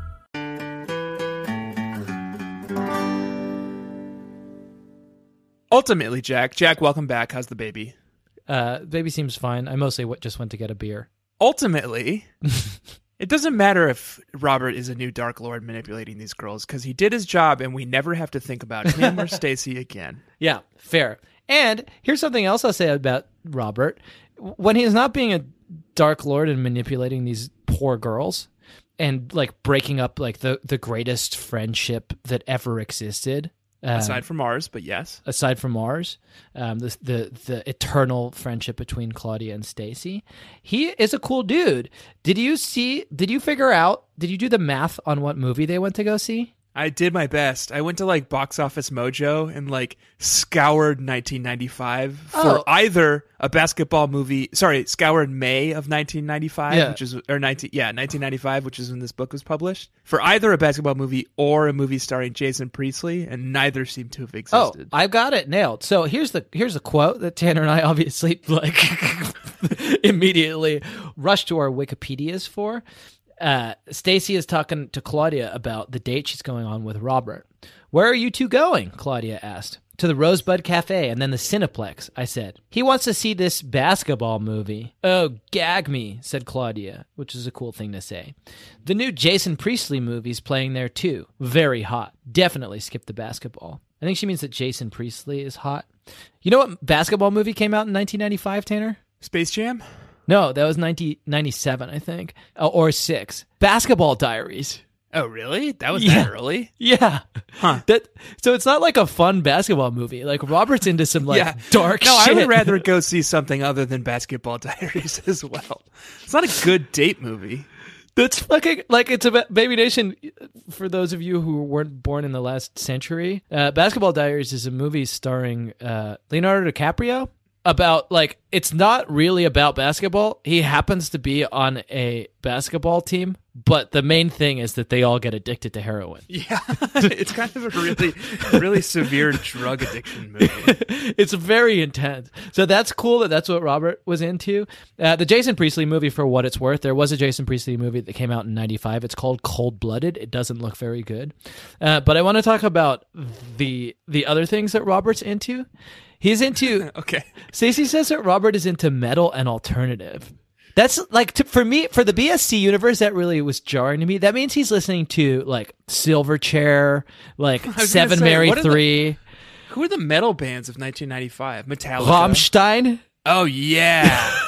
[SPEAKER 3] Ultimately, Jack. Jack, welcome back. How's the baby?
[SPEAKER 4] Uh, baby seems fine. I mostly w- just went to get a beer.
[SPEAKER 3] Ultimately, it doesn't matter if Robert is a new Dark Lord manipulating these girls because he did his job, and we never have to think about him or Stacy again.
[SPEAKER 4] Yeah, fair. And here's something else I'll say about Robert. When he's not being a dark lord and manipulating these poor girls and like breaking up like the the greatest friendship that ever existed um,
[SPEAKER 3] Aside from ours, but yes,
[SPEAKER 4] aside from ours, um, the, the the eternal friendship between Claudia and Stacy. He is a cool dude. Did you see? Did you figure out? Did you do the math on what movie they went to go see?
[SPEAKER 3] I did my best. I went to like Box Office Mojo and like scoured 1995
[SPEAKER 4] Oh.
[SPEAKER 3] for either a basketball movie. Sorry, scoured May of 1995,
[SPEAKER 4] Yeah.
[SPEAKER 3] which is or 19 yeah 1995, which is when this book was published, for either a basketball movie or a movie starring Jason Priestley, and neither seemed to have existed.
[SPEAKER 4] Oh, I've got it nailed. So here's the here's a quote that Tanner and I obviously like immediately rushed to our Wikipedia's for. Uh, Stacy is talking to Claudia about the date she's going on with Robert. Where are you two going? Claudia asked. To the Rosebud Cafe and then the Cineplex, I said. He wants to see this basketball movie. Oh, gag me, said Claudia, which is a cool thing to say. The new Jason Priestley movie's playing there too. Very hot. Definitely skip the basketball. I think she means that Jason Priestley is hot. You know what basketball movie came out in 1995, Tanner?
[SPEAKER 3] Space Jam.
[SPEAKER 4] No, that was 1997, I think, Oh, or six. Basketball Diaries.
[SPEAKER 3] Oh, really? That was
[SPEAKER 4] Yeah.
[SPEAKER 3] that early?
[SPEAKER 4] Yeah,
[SPEAKER 3] Huh.
[SPEAKER 4] That so it's not like a fun basketball movie. Like Robert's into some like
[SPEAKER 3] yeah,
[SPEAKER 4] dark.
[SPEAKER 3] No, I
[SPEAKER 4] shit.
[SPEAKER 3] would rather go see something other than Basketball Diaries as well. It's not a good date movie.
[SPEAKER 4] That's fucking like it's about Baby Nation. For those of you who weren't born in the last century, uh, Basketball Diaries is a movie starring uh, Leonardo DiCaprio about like it's not really about basketball. He happens to be on a basketball team, but the main thing is that they all get addicted to heroin.
[SPEAKER 3] Yeah, it's kind of a really, really severe drug addiction movie.
[SPEAKER 4] it's very intense. So that's cool that that's what Robert was into. Uh, the Jason Priestley movie, for what it's worth, there was a Jason Priestley movie that came out in '95. It's called Cold Blooded. It doesn't look very good, uh, but I want to talk about the the other things that Robert's into. He's into.
[SPEAKER 3] Okay,
[SPEAKER 4] Stacey says that Robert is into metal and alternative. That's like to, for me for the BSC universe that really was jarring to me. That means he's listening to like Silverchair, like
[SPEAKER 3] gonna
[SPEAKER 4] Seven
[SPEAKER 3] say,
[SPEAKER 4] Mary
[SPEAKER 3] what are the-
[SPEAKER 4] Three,
[SPEAKER 3] who are the metal bands of 1995? Metallica.
[SPEAKER 4] Rammstein.
[SPEAKER 3] Oh yeah,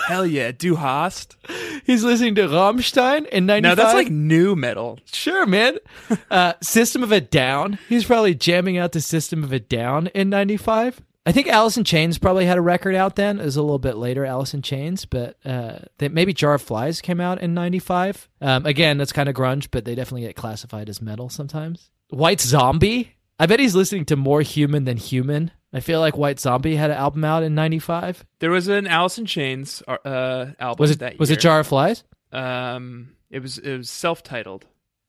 [SPEAKER 3] hell yeah, Du Hast.
[SPEAKER 4] He's listening to Rammstein in '95.
[SPEAKER 3] Now that's like new metal.
[SPEAKER 4] sure, man. uh, System of a Down. He's probably jamming out to System of a Down in '95. I think Alice in Chains probably had a record out then. It was a little bit later, Alice in Chains, but uh, that maybe Jar of Flies came out in '95. Um, again, that's kind of grunge, but they definitely get classified as metal sometimes. White Zombie. I bet he's listening to more Human than Human. I feel like White Zombie had an album out in '95.
[SPEAKER 3] There was an Alice in Chains uh, album.
[SPEAKER 4] Was it
[SPEAKER 3] that
[SPEAKER 4] was
[SPEAKER 3] year.
[SPEAKER 4] it Jar of Flies?
[SPEAKER 3] Um, it was it was self-titled.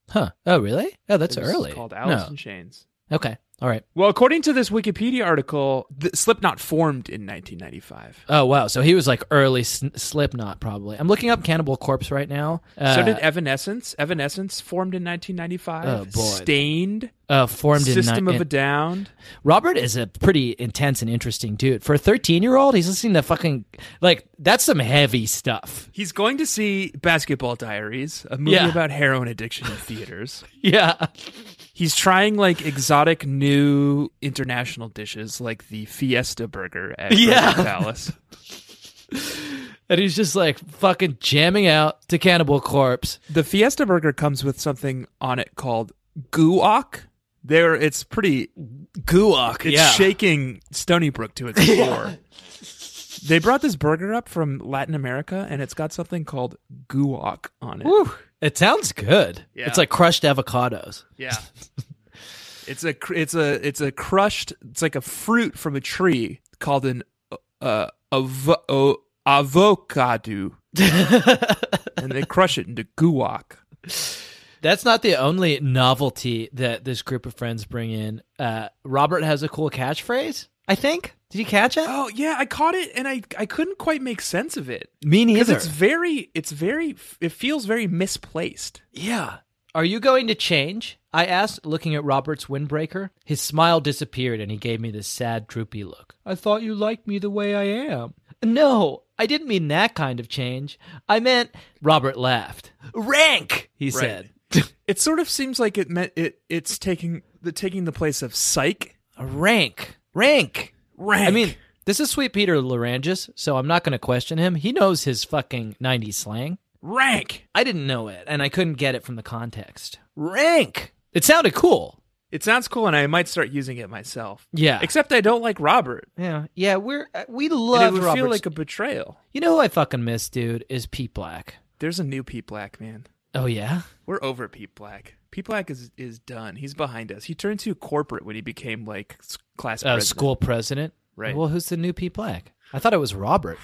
[SPEAKER 4] Huh. Oh, really? Oh, that's
[SPEAKER 3] It was
[SPEAKER 4] early.
[SPEAKER 3] Called
[SPEAKER 4] No.
[SPEAKER 3] Alice in Chains.
[SPEAKER 4] Okay. All right.
[SPEAKER 3] Well, according to this Wikipedia article, the Slipknot formed in 1995.
[SPEAKER 4] Oh wow. So he was like early s- Slipknot, probably. I'm looking up Cannibal Corpse right now. Uh,
[SPEAKER 3] so did Evanescence. Evanescence formed in 1995.
[SPEAKER 4] Oh, boy.
[SPEAKER 3] Stained.
[SPEAKER 4] uh, formed
[SPEAKER 3] System
[SPEAKER 4] in,
[SPEAKER 3] of a Down.
[SPEAKER 4] Robert is a pretty intense and interesting dude for a 13 year old. He's listening to fucking like that's some heavy stuff.
[SPEAKER 3] He's going to see Basketball Diaries, a movie
[SPEAKER 4] Yeah.
[SPEAKER 3] about heroin addiction in theaters.
[SPEAKER 4] Yeah.
[SPEAKER 3] He's trying like exotic new international dishes like the Fiesta Burger at
[SPEAKER 4] Yeah.
[SPEAKER 3] Burger Palace.
[SPEAKER 4] And he's just like fucking jamming out to Cannibal Corpse.
[SPEAKER 3] The Fiesta Burger comes with something on it called guac. There, it's pretty
[SPEAKER 4] Guac.
[SPEAKER 3] It's
[SPEAKER 4] yeah.
[SPEAKER 3] shaking Stony Brook to its core. They brought this burger up from Latin America, and it's got something called guac on it.
[SPEAKER 4] Whew. It sounds good.
[SPEAKER 3] Yeah.
[SPEAKER 4] It's like crushed avocados.
[SPEAKER 3] Yeah. it's a cr- it's a it's a crushed it's like a fruit from a tree called an uh, avo- o- avocado. and they crush it into guac.
[SPEAKER 4] That's not the only novelty that this group of friends bring in. Uh, Robert has a cool catchphrase, I think. Did you catch it?
[SPEAKER 3] Oh yeah, I caught it and I I couldn't quite make sense of it.
[SPEAKER 4] Me
[SPEAKER 3] Because
[SPEAKER 4] neither.
[SPEAKER 3] it's very it's very it feels very misplaced.
[SPEAKER 4] yeah. Are you going to change? I asked, looking at Robert's windbreaker. His smile disappeared and he gave me this sad, droopy look. I thought you liked me the way I am. No, I didn't mean that kind of change. I meant. Robert laughed. Rank, he said.
[SPEAKER 3] It sort of seems like it meant it it's taking the taking the place of psych.
[SPEAKER 4] rank, rank,
[SPEAKER 3] Rank.
[SPEAKER 4] I mean, this is Sweet Peter Larangis, so I'm not going to question him. He knows his fucking 90s slang.
[SPEAKER 3] rank.
[SPEAKER 4] I didn't know it, and I couldn't get it from the context. Rank. It sounded cool.
[SPEAKER 3] It sounds cool and I might start using it myself.
[SPEAKER 4] Yeah.
[SPEAKER 3] Except I don't like Robert.
[SPEAKER 4] Yeah, yeah, we're uh, we
[SPEAKER 3] And
[SPEAKER 4] love
[SPEAKER 3] it would
[SPEAKER 4] Robert.
[SPEAKER 3] feel like a betrayal.
[SPEAKER 4] you know who I fucking miss, dude, is Pete Black.
[SPEAKER 3] There's a new Pete Black man.
[SPEAKER 4] Oh yeah,
[SPEAKER 3] We're over Pete Black. Pete Black is is done. He's behind us. He turned to corporate when he became like s- class
[SPEAKER 4] uh,
[SPEAKER 3] president.
[SPEAKER 4] school president.
[SPEAKER 3] Right.
[SPEAKER 4] Well, who's the new Pete Black? I thought it was Robert.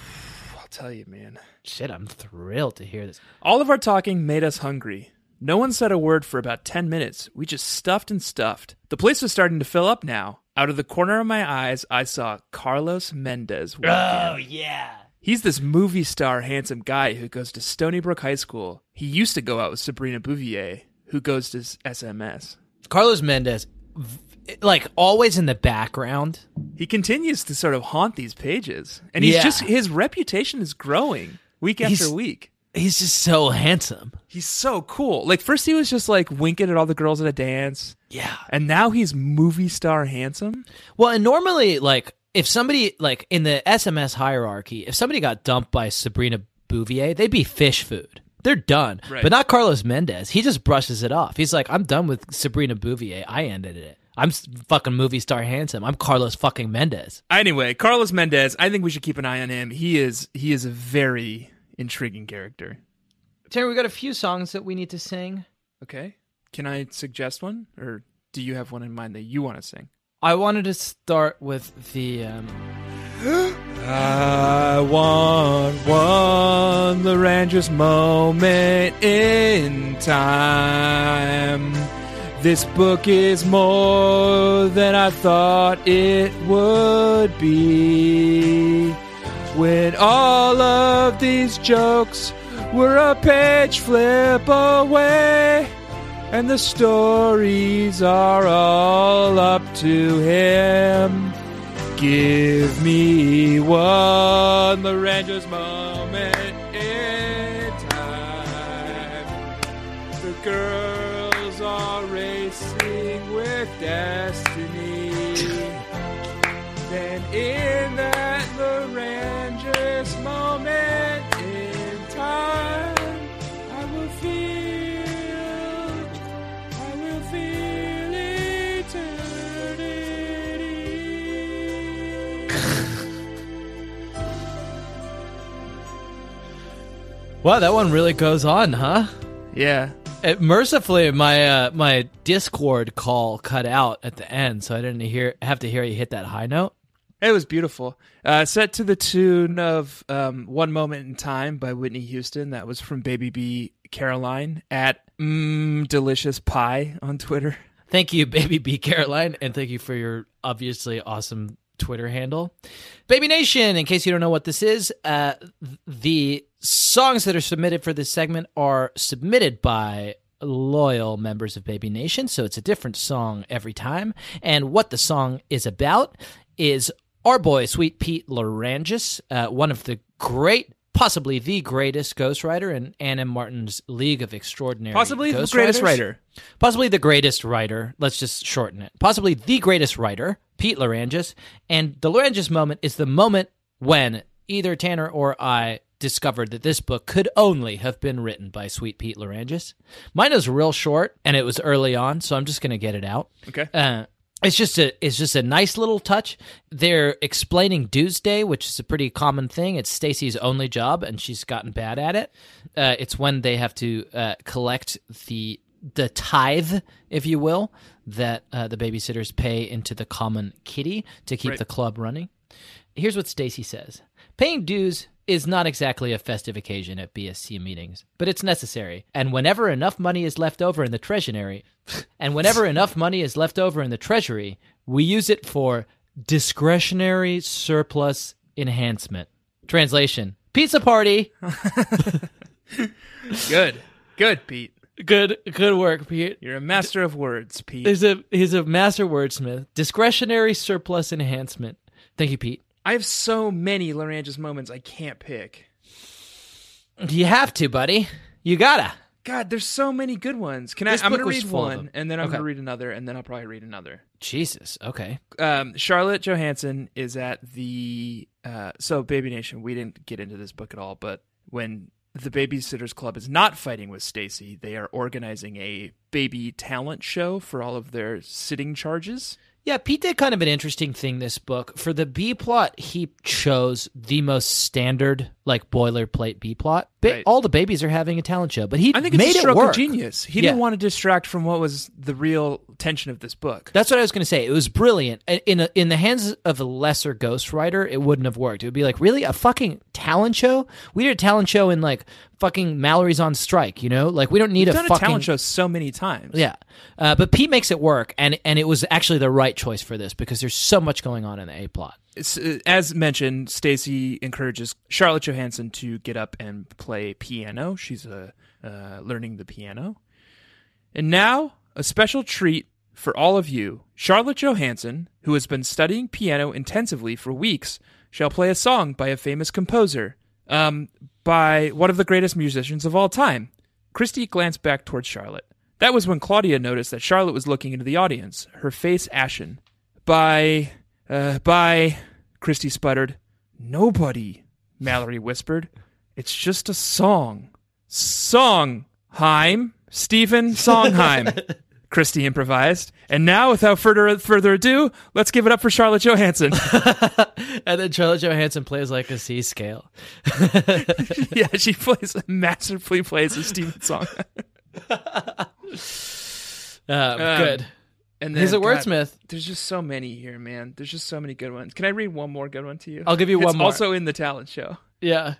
[SPEAKER 3] I'll tell you, man.
[SPEAKER 4] Shit, I'm thrilled to hear this.
[SPEAKER 3] All of our talking made us hungry. No one said a word for about 10 minutes. We just stuffed and stuffed. The place was starting to fill up now. Out of the corner of my eyes, I saw Carlos Mendez walk
[SPEAKER 4] Ah.
[SPEAKER 3] in.
[SPEAKER 4] Oh, yeah.
[SPEAKER 3] He's this movie star, handsome guy who goes to Stony Brook High School. He used to go out with Sabrina Bouvier, who goes to s- SMS.
[SPEAKER 4] Carlos Mendez, v- like always in the background.
[SPEAKER 3] He continues to sort of haunt these pages, and he's
[SPEAKER 4] Yeah.
[SPEAKER 3] just his reputation is growing week after
[SPEAKER 4] He's-
[SPEAKER 3] week.
[SPEAKER 4] He's just so handsome.
[SPEAKER 3] He's so cool. Like first, he was just like winking at all the girls at a dance,
[SPEAKER 4] Yeah.
[SPEAKER 3] and now he's movie star handsome.
[SPEAKER 4] Well, and normally, like, if somebody, like, in the SMS hierarchy, if somebody got dumped by Sabrina Bouvier, they'd be fish food. They're done.
[SPEAKER 3] Right.
[SPEAKER 4] But not Carlos Mendez. He just brushes it off. He's like, I'm done with Sabrina Bouvier. I ended it. I'm s- fucking movie star handsome. I'm Carlos fucking Mendez.
[SPEAKER 3] Anyway, Carlos Mendez. I think we should keep an eye on him. He is he is a very intriguing character.
[SPEAKER 4] Terry, we got a few songs that we need to sing.
[SPEAKER 3] Okay. Can I suggest one, or do you have one in mind that you want to sing?
[SPEAKER 4] I wanted to start with the. Um,
[SPEAKER 3] I want one Larangis moment in time. This book is more than I thought it would be. When all of these jokes were a page flip away, and the stories are all up to him. Give me one Laranja's moment in time. The girls are racing with destiny. then in that Laranja's moment in time, I will feel I will feel eternity.
[SPEAKER 4] wow, that one really goes on, huh?
[SPEAKER 3] Yeah.
[SPEAKER 4] Uh, mercifully, my uh, my Discord call cut out at the end, so I didn't hear have to hear you hit that high note.
[SPEAKER 3] It was beautiful. Uh, set to the tune of um, One Moment in Time by Whitney Houston. That was from Baby B Caroline at mm, Delicious Pie on Twitter.
[SPEAKER 4] Thank you, Baby B Caroline, and thank you for your obviously awesome Twitter handle. Baby Nation, in case you don't know what this is, uh, th- the songs that are submitted for this segment are submitted by loyal members of Baby Nation, so it's a different song every time. And what the song is about is our boy, Sweet Pete Larangis, uh, one of the great. Possibly the greatest ghostwriter in Anna Martin's League of Extraordinary
[SPEAKER 3] Possibly the greatest
[SPEAKER 4] Ghostwriters
[SPEAKER 3] writer.
[SPEAKER 4] possibly the greatest writer. Let's just shorten it. Possibly the greatest writer, Pete Larangis. And the Larangis moment is the moment when either Tanner or I discovered that this book could only have been written by Sweet Pete Larangis. Mine is real short and it was early on, so I'm just going to get it out.
[SPEAKER 3] Okay.
[SPEAKER 4] Uh, it's just a it's just a nice little touch. They're explaining Doomsday, which is a pretty common thing. It's Stacy's only job, and she's gotten bad at it. Uh, it's when they have to uh, collect the the tithe, if you will, that uh, the babysitters pay into the common kitty to keep the club running. Here's what Stacy says: Paying dues is not exactly a festive occasion at BSC meetings, but it's necessary. And whenever enough money is left over in the treasury, and whenever enough money is left over in the treasury, we use it for discretionary surplus enhancement. Translation: Pizza party.
[SPEAKER 3] Good. Good, Pete.
[SPEAKER 4] Good, good work, Pete.
[SPEAKER 3] You're a master of words, Pete.
[SPEAKER 4] He's a he's a master wordsmith. Discretionary surplus enhancement. Thank you, Pete.
[SPEAKER 3] I have so many Larangis moments I can't pick.
[SPEAKER 4] You have to, buddy. You gotta.
[SPEAKER 3] God, there's so many good ones. Can I?
[SPEAKER 4] This
[SPEAKER 3] I'm
[SPEAKER 4] book
[SPEAKER 3] gonna
[SPEAKER 4] was
[SPEAKER 3] read
[SPEAKER 4] full of
[SPEAKER 3] one,
[SPEAKER 4] them.
[SPEAKER 3] and then I'm
[SPEAKER 4] Okay.
[SPEAKER 3] gonna read another, and then I'll probably read another.
[SPEAKER 4] Jesus. Okay.
[SPEAKER 3] um, Charlotte Johansson is at the uh, so Baby Nation. We didn't get into this book at all, but when the Babysitters Club is not fighting with Stacy, they are organizing a baby talent show for all of their sitting charges.
[SPEAKER 4] Yeah, Pete did kind of an interesting thing this book. For the B plot, he chose the most standard, like boilerplate B plot. Ba-
[SPEAKER 3] Right.
[SPEAKER 4] All the babies are having a talent show, but he
[SPEAKER 3] I think it's
[SPEAKER 4] made
[SPEAKER 3] a
[SPEAKER 4] it
[SPEAKER 3] stroke
[SPEAKER 4] work.
[SPEAKER 3] of genius. He
[SPEAKER 4] Yeah.
[SPEAKER 3] didn't want to distract from what was the real tension of this book.
[SPEAKER 4] That's what I was going to say. It was brilliant. I- In a, in the hands of a lesser ghostwriter, it wouldn't have worked. It would be like, really? A fucking talent show? We did a talent show in like fucking Mallory's on strike, you know? Like, we don't need
[SPEAKER 3] He's
[SPEAKER 4] a
[SPEAKER 3] done
[SPEAKER 4] fucking
[SPEAKER 3] a talent show so many times.
[SPEAKER 4] Yeah, uh, but Pete makes it work, and and it was actually the right choice for this because there's so much going on in the A plot.
[SPEAKER 3] S- uh, as mentioned, Stacy encourages Charlotte Johansson to get up and play piano. She's uh, uh, learning the piano. And now, a special treat for all of you. Charlotte Johansson, who has been studying piano intensively for weeks, shall play a song by a famous composer, um, by one of the greatest musicians of all time. Christy glanced back towards Charlotte. That was when Claudia noticed that Charlotte was looking into the audience, her face ashen. By, uh, by, Christy sputtered. Nobody, Mallory whispered. It's just a song. Songheim, Stephen Songheim, Christy improvised. And now, without further further ado, let's give it up for Charlotte Johansson.
[SPEAKER 4] And then Charlotte Johansson plays like a C scale.
[SPEAKER 3] yeah, she plays masterfully plays a Stephen Songheim.
[SPEAKER 4] Um, good.
[SPEAKER 3] And
[SPEAKER 4] He's a
[SPEAKER 3] God,
[SPEAKER 4] wordsmith.
[SPEAKER 3] there's just so many here, man. There's just so many good ones. Can I read one more good one to you?
[SPEAKER 4] I'll give you
[SPEAKER 3] It's
[SPEAKER 4] one more.
[SPEAKER 3] Also in the talent show.
[SPEAKER 4] Yeah.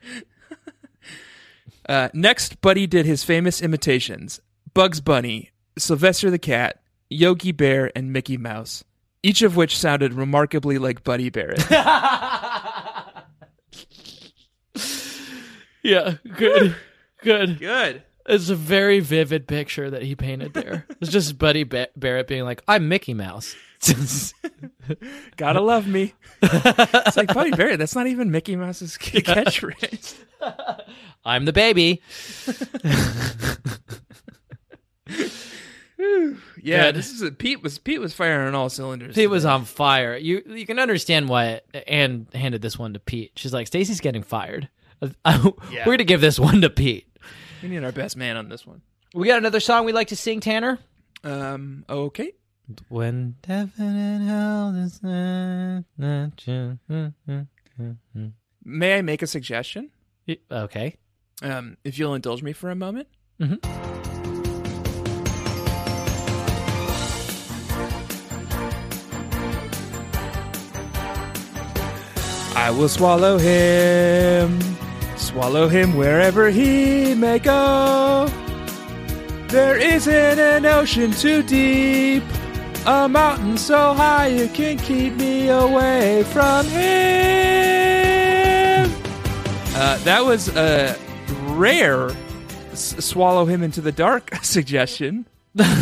[SPEAKER 3] Uh, next, Buddy did his famous imitations Bugs Bunny, Sylvester the Cat, Yogi Bear, and Mickey Mouse, each of which sounded remarkably like Buddy Barrett.
[SPEAKER 4] Yeah. Good. good.
[SPEAKER 3] Good.
[SPEAKER 4] It's a very vivid picture that he painted there. It's just Buddy Ba- Barrett being like, "I'm Mickey Mouse."
[SPEAKER 3] Gotta love me. it's like Buddy Barrett. That's not even Mickey Mouse's catchphrase.
[SPEAKER 4] I'm the baby.
[SPEAKER 3] Yeah,
[SPEAKER 4] Good.
[SPEAKER 3] this is a, Pete was Pete was firing on all cylinders.
[SPEAKER 4] Pete was on fire. You you can understand why Anne handed this one to Pete. She's like, Stacy's getting fired. We're gonna give this one to Pete.
[SPEAKER 3] We need our best man on this one.
[SPEAKER 4] We got another song we like to sing, Tanner.
[SPEAKER 3] Um. Okay.
[SPEAKER 4] When definite hell is not you. Hmm.
[SPEAKER 3] May I make a suggestion?
[SPEAKER 4] Okay.
[SPEAKER 3] Um, if you'll indulge me for a moment. I will swallow him, swallow him wherever he may go. There isn't an ocean too deep, a mountain so high it can keep me away from him. Uh, that was a rare s- swallow him into the dark suggestion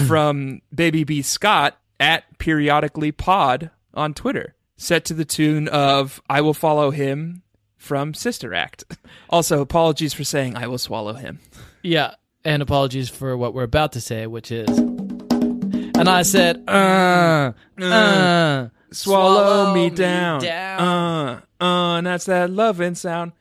[SPEAKER 3] from Baby B Scott at periodically pod on Twitter, set to the tune of "I will follow him" from Sister Act. Also, apologies for saying "I will swallow him."
[SPEAKER 4] Yeah. And apologies for what we're about to say, which is. And I said, uh, uh,
[SPEAKER 3] Swallow, me down, uh, uh, and that's that loving sound.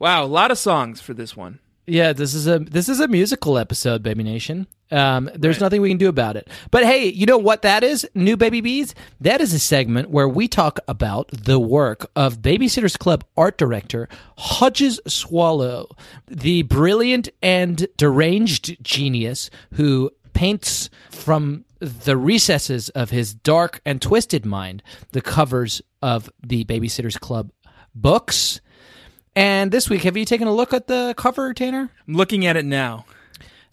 [SPEAKER 3] Wow, a lot of songs for this one.
[SPEAKER 4] Yeah, this is a this is a musical episode, Baby Nation. Um, there's nothing we can do about it. But hey, you know what that is? New Baby Bees. That is a segment where we talk about the work of Babysitters Club art director Hodges Swallow, the brilliant and deranged genius who paints from the recesses of his dark and twisted mind the covers of the Babysitters Club books. And this week, have you taken a look at the cover, Tanner?
[SPEAKER 3] I'm looking at it now.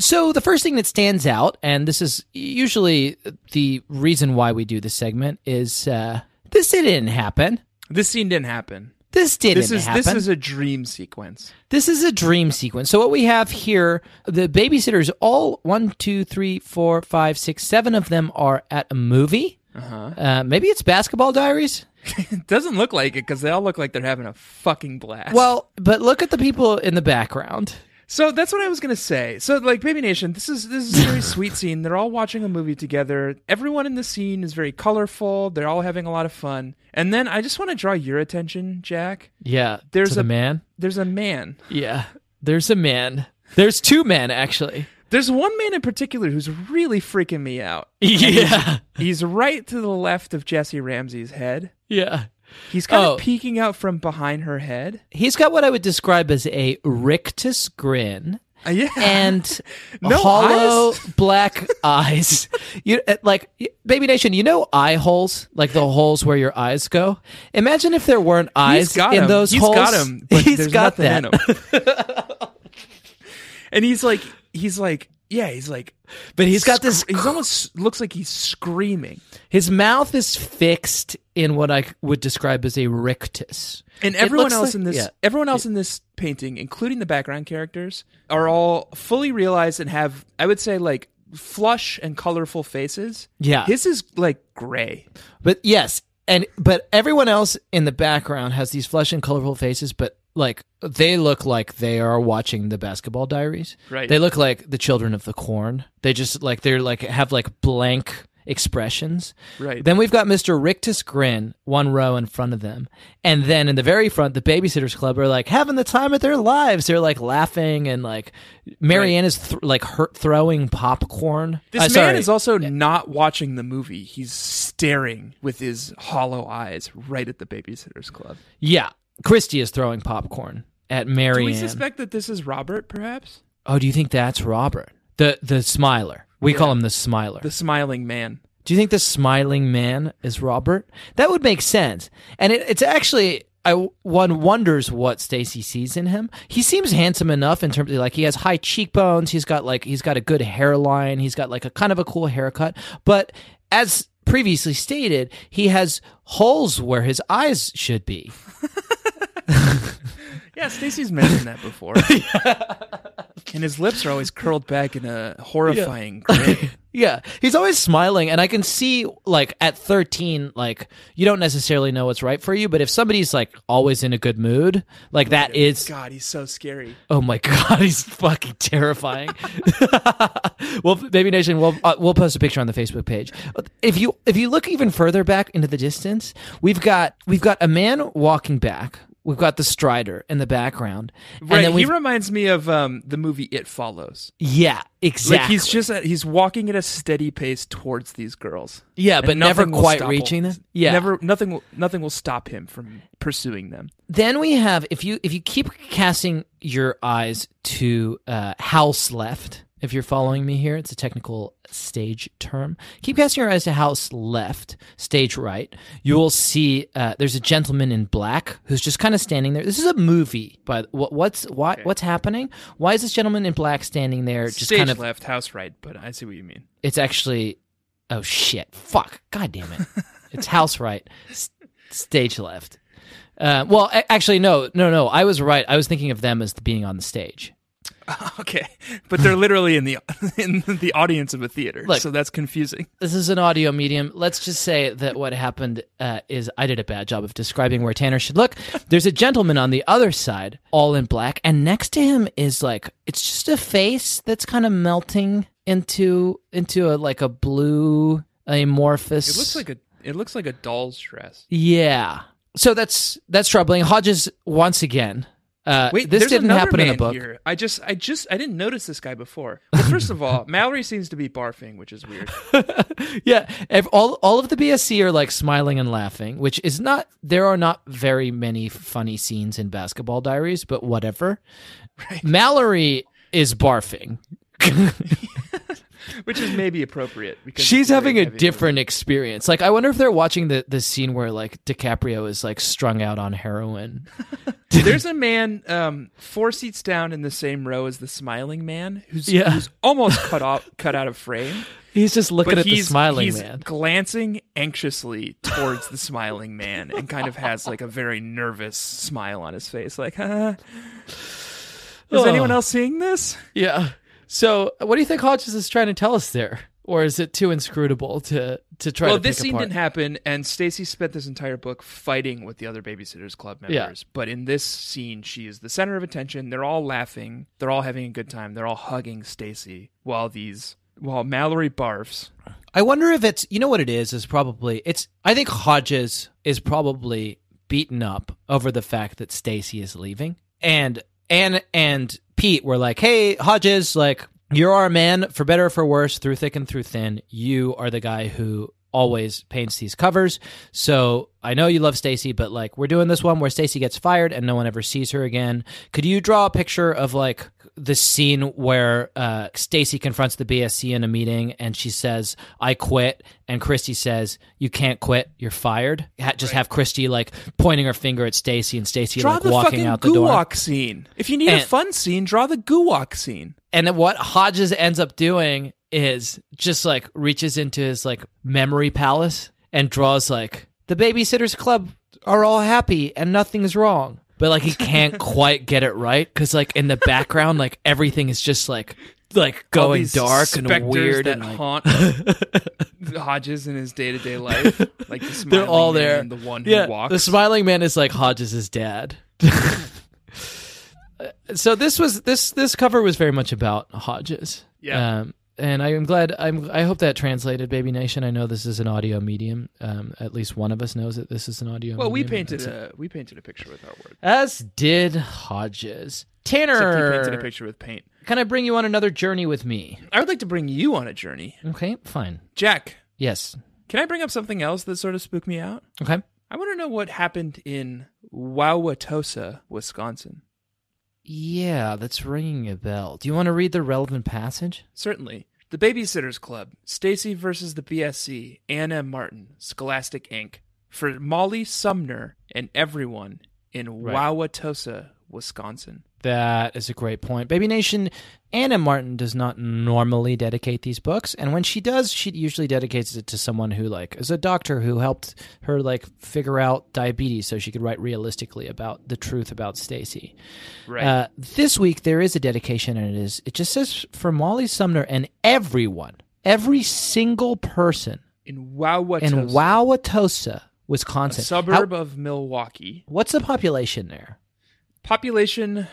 [SPEAKER 4] So, the first thing that stands out, and this is usually the reason why we do this segment, is uh, this didn't happen.
[SPEAKER 3] This scene didn't happen.
[SPEAKER 4] This didn't
[SPEAKER 3] This is
[SPEAKER 4] happen.
[SPEAKER 3] this is a dream sequence.
[SPEAKER 4] This is a dream sequence. So what we have here, the babysitters, all one, two, three, four, five, six, seven of them are at a movie. Uh-huh. maybe it's Basketball Diaries.
[SPEAKER 3] It doesn't look like it because they all look like they're having a fucking blast.
[SPEAKER 4] Well, but look at the people in the background.
[SPEAKER 3] so that's what I was gonna say. So like Baby Nation, this is this is a very sweet scene. They're all watching a movie together. Everyone in the scene is very colorful. They're all having a lot of fun. And then I just want to draw your attention, Jack.
[SPEAKER 4] Yeah,
[SPEAKER 3] There's
[SPEAKER 4] to the
[SPEAKER 3] a-
[SPEAKER 4] man.
[SPEAKER 3] There's a man.
[SPEAKER 4] Yeah, there's a man. There's two men actually.
[SPEAKER 3] There's one man in particular who's really freaking me out.
[SPEAKER 4] Yeah,
[SPEAKER 3] He's right to the left of Jesse Ramsey's head.
[SPEAKER 4] yeah.
[SPEAKER 3] He's kind
[SPEAKER 4] Oh.
[SPEAKER 3] of peeking out from behind her head.
[SPEAKER 4] He's got what I would describe as a rictus grin.
[SPEAKER 3] Uh, yeah.
[SPEAKER 4] and
[SPEAKER 3] No
[SPEAKER 4] hollow
[SPEAKER 3] eyes?
[SPEAKER 4] black eyes. You uh, like y- Baby Nation? You know eye holes, like the holes where your eyes go. Imagine if there weren't eyes
[SPEAKER 3] he's got
[SPEAKER 4] in
[SPEAKER 3] him.
[SPEAKER 4] those
[SPEAKER 3] He's
[SPEAKER 4] holes.
[SPEAKER 3] got him. But
[SPEAKER 4] He's
[SPEAKER 3] there's
[SPEAKER 4] got that.
[SPEAKER 3] nothing In him. and he's like, he's like, yeah, he's like,
[SPEAKER 4] But he's got this.
[SPEAKER 3] He's almost looks like he's screaming,
[SPEAKER 4] His mouth is fixed in what I would describe as a rictus.
[SPEAKER 3] and
[SPEAKER 4] It
[SPEAKER 3] everyone
[SPEAKER 4] looks
[SPEAKER 3] else
[SPEAKER 4] like-
[SPEAKER 3] in this,
[SPEAKER 4] yeah.
[SPEAKER 3] everyone else in this painting, including the background characters, are all fully realized and have, I would say, like flush and colorful faces.
[SPEAKER 4] Yeah.
[SPEAKER 3] his is like gray.
[SPEAKER 4] But yes, and but everyone else in the background has these flush and colorful faces, but like they look like they are watching the basketball diaries.
[SPEAKER 3] Right.
[SPEAKER 4] They look like the children of the corn. They just like they're like have like blank expressions.
[SPEAKER 3] Right.
[SPEAKER 4] Then we've got Mr. Rictus Grin one row in front of them. And then in the very front, the babysitters club are like having the time of their lives. They're like laughing and like Marianne is th- like hurt throwing popcorn.
[SPEAKER 3] This
[SPEAKER 4] Uh,
[SPEAKER 3] man
[SPEAKER 4] sorry.
[SPEAKER 3] is also not watching the movie. He's staring with his hollow eyes right at the babysitters club.
[SPEAKER 4] Yeah, Christy is throwing popcorn at Marianne.
[SPEAKER 3] Do we suspect that this is Robert, perhaps?
[SPEAKER 4] oh, do you think that's Robert? The the smiler. We call him the smiler.
[SPEAKER 3] The smiling man.
[SPEAKER 4] do you think the smiling man is Robert? That would make sense. And it, it's actually I one wonders what Stacy sees in him. He seems handsome enough in terms of like he has high cheekbones, he's got like he's got a good hairline, he's got like a kind of a cool haircut, but as previously stated, he has holes where his eyes should be.
[SPEAKER 3] Yeah, Stacy's mentioned that before. And his lips are always curled back in a horrifying grin.
[SPEAKER 4] Yeah, he's always smiling, and I can see like at thirteen, like you don't necessarily know what's right for you, but if somebody's like always in a good mood, like that is,
[SPEAKER 3] God, he's so scary.
[SPEAKER 4] oh my god, he's fucking terrifying. well, Baby Nation, we'll uh, we'll post a picture on the Facebook page. If you if you look even further back into the distance, we've got we've got a man walking back. We've got the Strider in the background, and
[SPEAKER 3] Right,
[SPEAKER 4] then
[SPEAKER 3] he
[SPEAKER 4] we
[SPEAKER 3] reminds me of um, the movie It Follows.
[SPEAKER 4] yeah, exactly.
[SPEAKER 3] Like he's just at, he's walking at a steady pace towards these girls.
[SPEAKER 4] Yeah,
[SPEAKER 3] And
[SPEAKER 4] but never
[SPEAKER 3] nothing will
[SPEAKER 4] quite
[SPEAKER 3] stop
[SPEAKER 4] reaching
[SPEAKER 3] him.
[SPEAKER 4] them. Yeah.
[SPEAKER 3] never nothing will nothing will stop him from pursuing them.
[SPEAKER 4] then we have if you if you keep casting your eyes to uh, house left if you're following me here it's a technical stage term keep casting your eyes to house left stage right you will see uh, there's a gentleman in black who's just kind of standing there this is a movie but what, what's why, what's happening why is this gentleman in black standing there just
[SPEAKER 3] Stage
[SPEAKER 4] kind of
[SPEAKER 3] left, house right, but I see what you mean.
[SPEAKER 4] it's actually oh shit fuck god damn it it's house right s- stage left uh, well a- actually no no no i was right i was thinking of them as being on the stage
[SPEAKER 3] Okay, but they're literally in the in the audience of a theater,
[SPEAKER 4] Look.
[SPEAKER 3] so that's confusing.
[SPEAKER 4] this is an audio medium let's just say that what happened uh, is i did a bad job of describing where tanner should look there's a gentleman on the other side all in black and next to him is like it's just a face that's kind of melting into into a like a blue amorphous
[SPEAKER 3] It looks like a it looks like a doll's dress.
[SPEAKER 4] Yeah. So that's that's troubling. Hodges once again Uh,
[SPEAKER 3] Wait,
[SPEAKER 4] this
[SPEAKER 3] there's
[SPEAKER 4] didn't
[SPEAKER 3] another
[SPEAKER 4] happen in a
[SPEAKER 3] man
[SPEAKER 4] book.
[SPEAKER 3] Here. I just, I just, I didn't notice this guy before. Well, first of all, Mallory seems to be barfing, which is weird.
[SPEAKER 4] Yeah, ev- all all of the BSC are like smiling and laughing, which is not. There are not very many funny scenes in Basketball Diaries, but whatever. Mallory is barfing.
[SPEAKER 3] which is maybe appropriate because
[SPEAKER 4] She's
[SPEAKER 3] it's very
[SPEAKER 4] having a
[SPEAKER 3] heavy.
[SPEAKER 4] different experience. Like, I wonder if they're watching the the scene where like DiCaprio is like strung out on heroin.
[SPEAKER 3] There's a man um, four seats down in the same row as the smiling man, who's,
[SPEAKER 4] Yeah.
[SPEAKER 3] who's almost cut off, cut out of frame.
[SPEAKER 4] He's just looking
[SPEAKER 3] but
[SPEAKER 4] at the
[SPEAKER 3] he's
[SPEAKER 4] smiling
[SPEAKER 3] he's
[SPEAKER 4] man.
[SPEAKER 3] glancing anxiously towards the smiling man and kind of has like a very nervous smile on his face, like, huh? Is
[SPEAKER 4] Ugh.
[SPEAKER 3] anyone else seeing this?
[SPEAKER 4] Yeah. So, what do you think Hodges is trying to tell us there, or is it too inscrutable to to try?
[SPEAKER 3] Well,
[SPEAKER 4] to
[SPEAKER 3] this
[SPEAKER 4] pick
[SPEAKER 3] scene
[SPEAKER 4] apart?
[SPEAKER 3] didn't happen, and Stacy spent this entire book fighting with the other Babysitters Club members.
[SPEAKER 4] Yeah.
[SPEAKER 3] But in this scene, she is the center of attention. They're all laughing. They're all having a good time. They're all hugging Stacy while these while Mallory barfs.
[SPEAKER 4] I wonder if it's you know what it is is probably it's I think Hodges is probably beaten up over the fact that Stacy is leaving and and and Pete were like, "Hey Hodges, like you're our man for better or for worse, through thick and through thin. You are the guy who always paints these covers. So, I know you love Stacy, but like we're doing this one where Stacy gets fired and no one ever sees her again. Could you draw a picture of like the scene where uh, Stacy confronts the BSC in a meeting and she says, "I quit," and Christy says, "You can't quit. You're fired." Ha- just have Christy like pointing her finger at Stacy and Stacy
[SPEAKER 3] Draw
[SPEAKER 4] like
[SPEAKER 3] the
[SPEAKER 4] walking
[SPEAKER 3] fucking
[SPEAKER 4] out the door.
[SPEAKER 3] guwak scene. If you need a
[SPEAKER 4] And-
[SPEAKER 3] fun scene, draw the guwak scene.
[SPEAKER 4] And then what Hodges ends up doing is just like reaches into his like memory palace and draws like the babysitters club are all happy and nothing's wrong. But like he can't quite get it right cuz like in the background like everything is just like like
[SPEAKER 3] All
[SPEAKER 4] going
[SPEAKER 3] these
[SPEAKER 4] dark and
[SPEAKER 3] specters
[SPEAKER 4] weird
[SPEAKER 3] that
[SPEAKER 4] and like,
[SPEAKER 3] haunt Hodges in his day to day life. Like the
[SPEAKER 4] they're
[SPEAKER 3] smiling
[SPEAKER 4] all
[SPEAKER 3] man
[SPEAKER 4] there.
[SPEAKER 3] and the one
[SPEAKER 4] yeah,
[SPEAKER 3] who walks.
[SPEAKER 4] The smiling man is like Hodges' dad. Uh, so this was this this cover was very much about Hodges.
[SPEAKER 3] Yeah.
[SPEAKER 4] Um, and I am glad. I'm. I hope that translated, Baby Nation. I know this is an audio medium. Um, at least one of us knows that this is an audio.
[SPEAKER 3] well, we
[SPEAKER 4] medium.
[SPEAKER 3] painted
[SPEAKER 4] That's it.
[SPEAKER 3] a we painted a picture with our word.
[SPEAKER 4] As did Hodges.
[SPEAKER 3] Except he painted a
[SPEAKER 4] Tanner,
[SPEAKER 3] picture with paint.
[SPEAKER 4] can I bring you on another journey with me?
[SPEAKER 3] I would like to bring you on a journey.
[SPEAKER 4] Okay, fine.
[SPEAKER 3] Jack,
[SPEAKER 4] Yes.
[SPEAKER 3] can I bring up something else that sort of spooked me out?
[SPEAKER 4] Okay.
[SPEAKER 3] I want to know what happened in Wauwatosa, Wisconsin.
[SPEAKER 4] Yeah, that's ringing a bell. Do you want to read the relevant passage?
[SPEAKER 3] Certainly. The Babysitters Club, Stacy versus the BSC, Anna M. Martin, Scholastic Inc. for Molly Sumner and everyone in
[SPEAKER 4] Right.
[SPEAKER 3] Wauwatosa, Wisconsin.
[SPEAKER 4] That is a great point. Baby Nation, Anna Martin does not normally dedicate these books, and when she does, she usually dedicates it to someone who like is a doctor who helped her like figure out diabetes so she could write realistically about the truth about Stacy.
[SPEAKER 3] Right.
[SPEAKER 4] Uh, this week there is a dedication, and it is it just says for Molly Sumner and everyone, every single person
[SPEAKER 3] in Wauwatosa,
[SPEAKER 4] in Wauwatosa,
[SPEAKER 3] a
[SPEAKER 4] Wisconsin.
[SPEAKER 3] suburb
[SPEAKER 4] How-
[SPEAKER 3] of Milwaukee.
[SPEAKER 4] what's the population there?
[SPEAKER 3] Population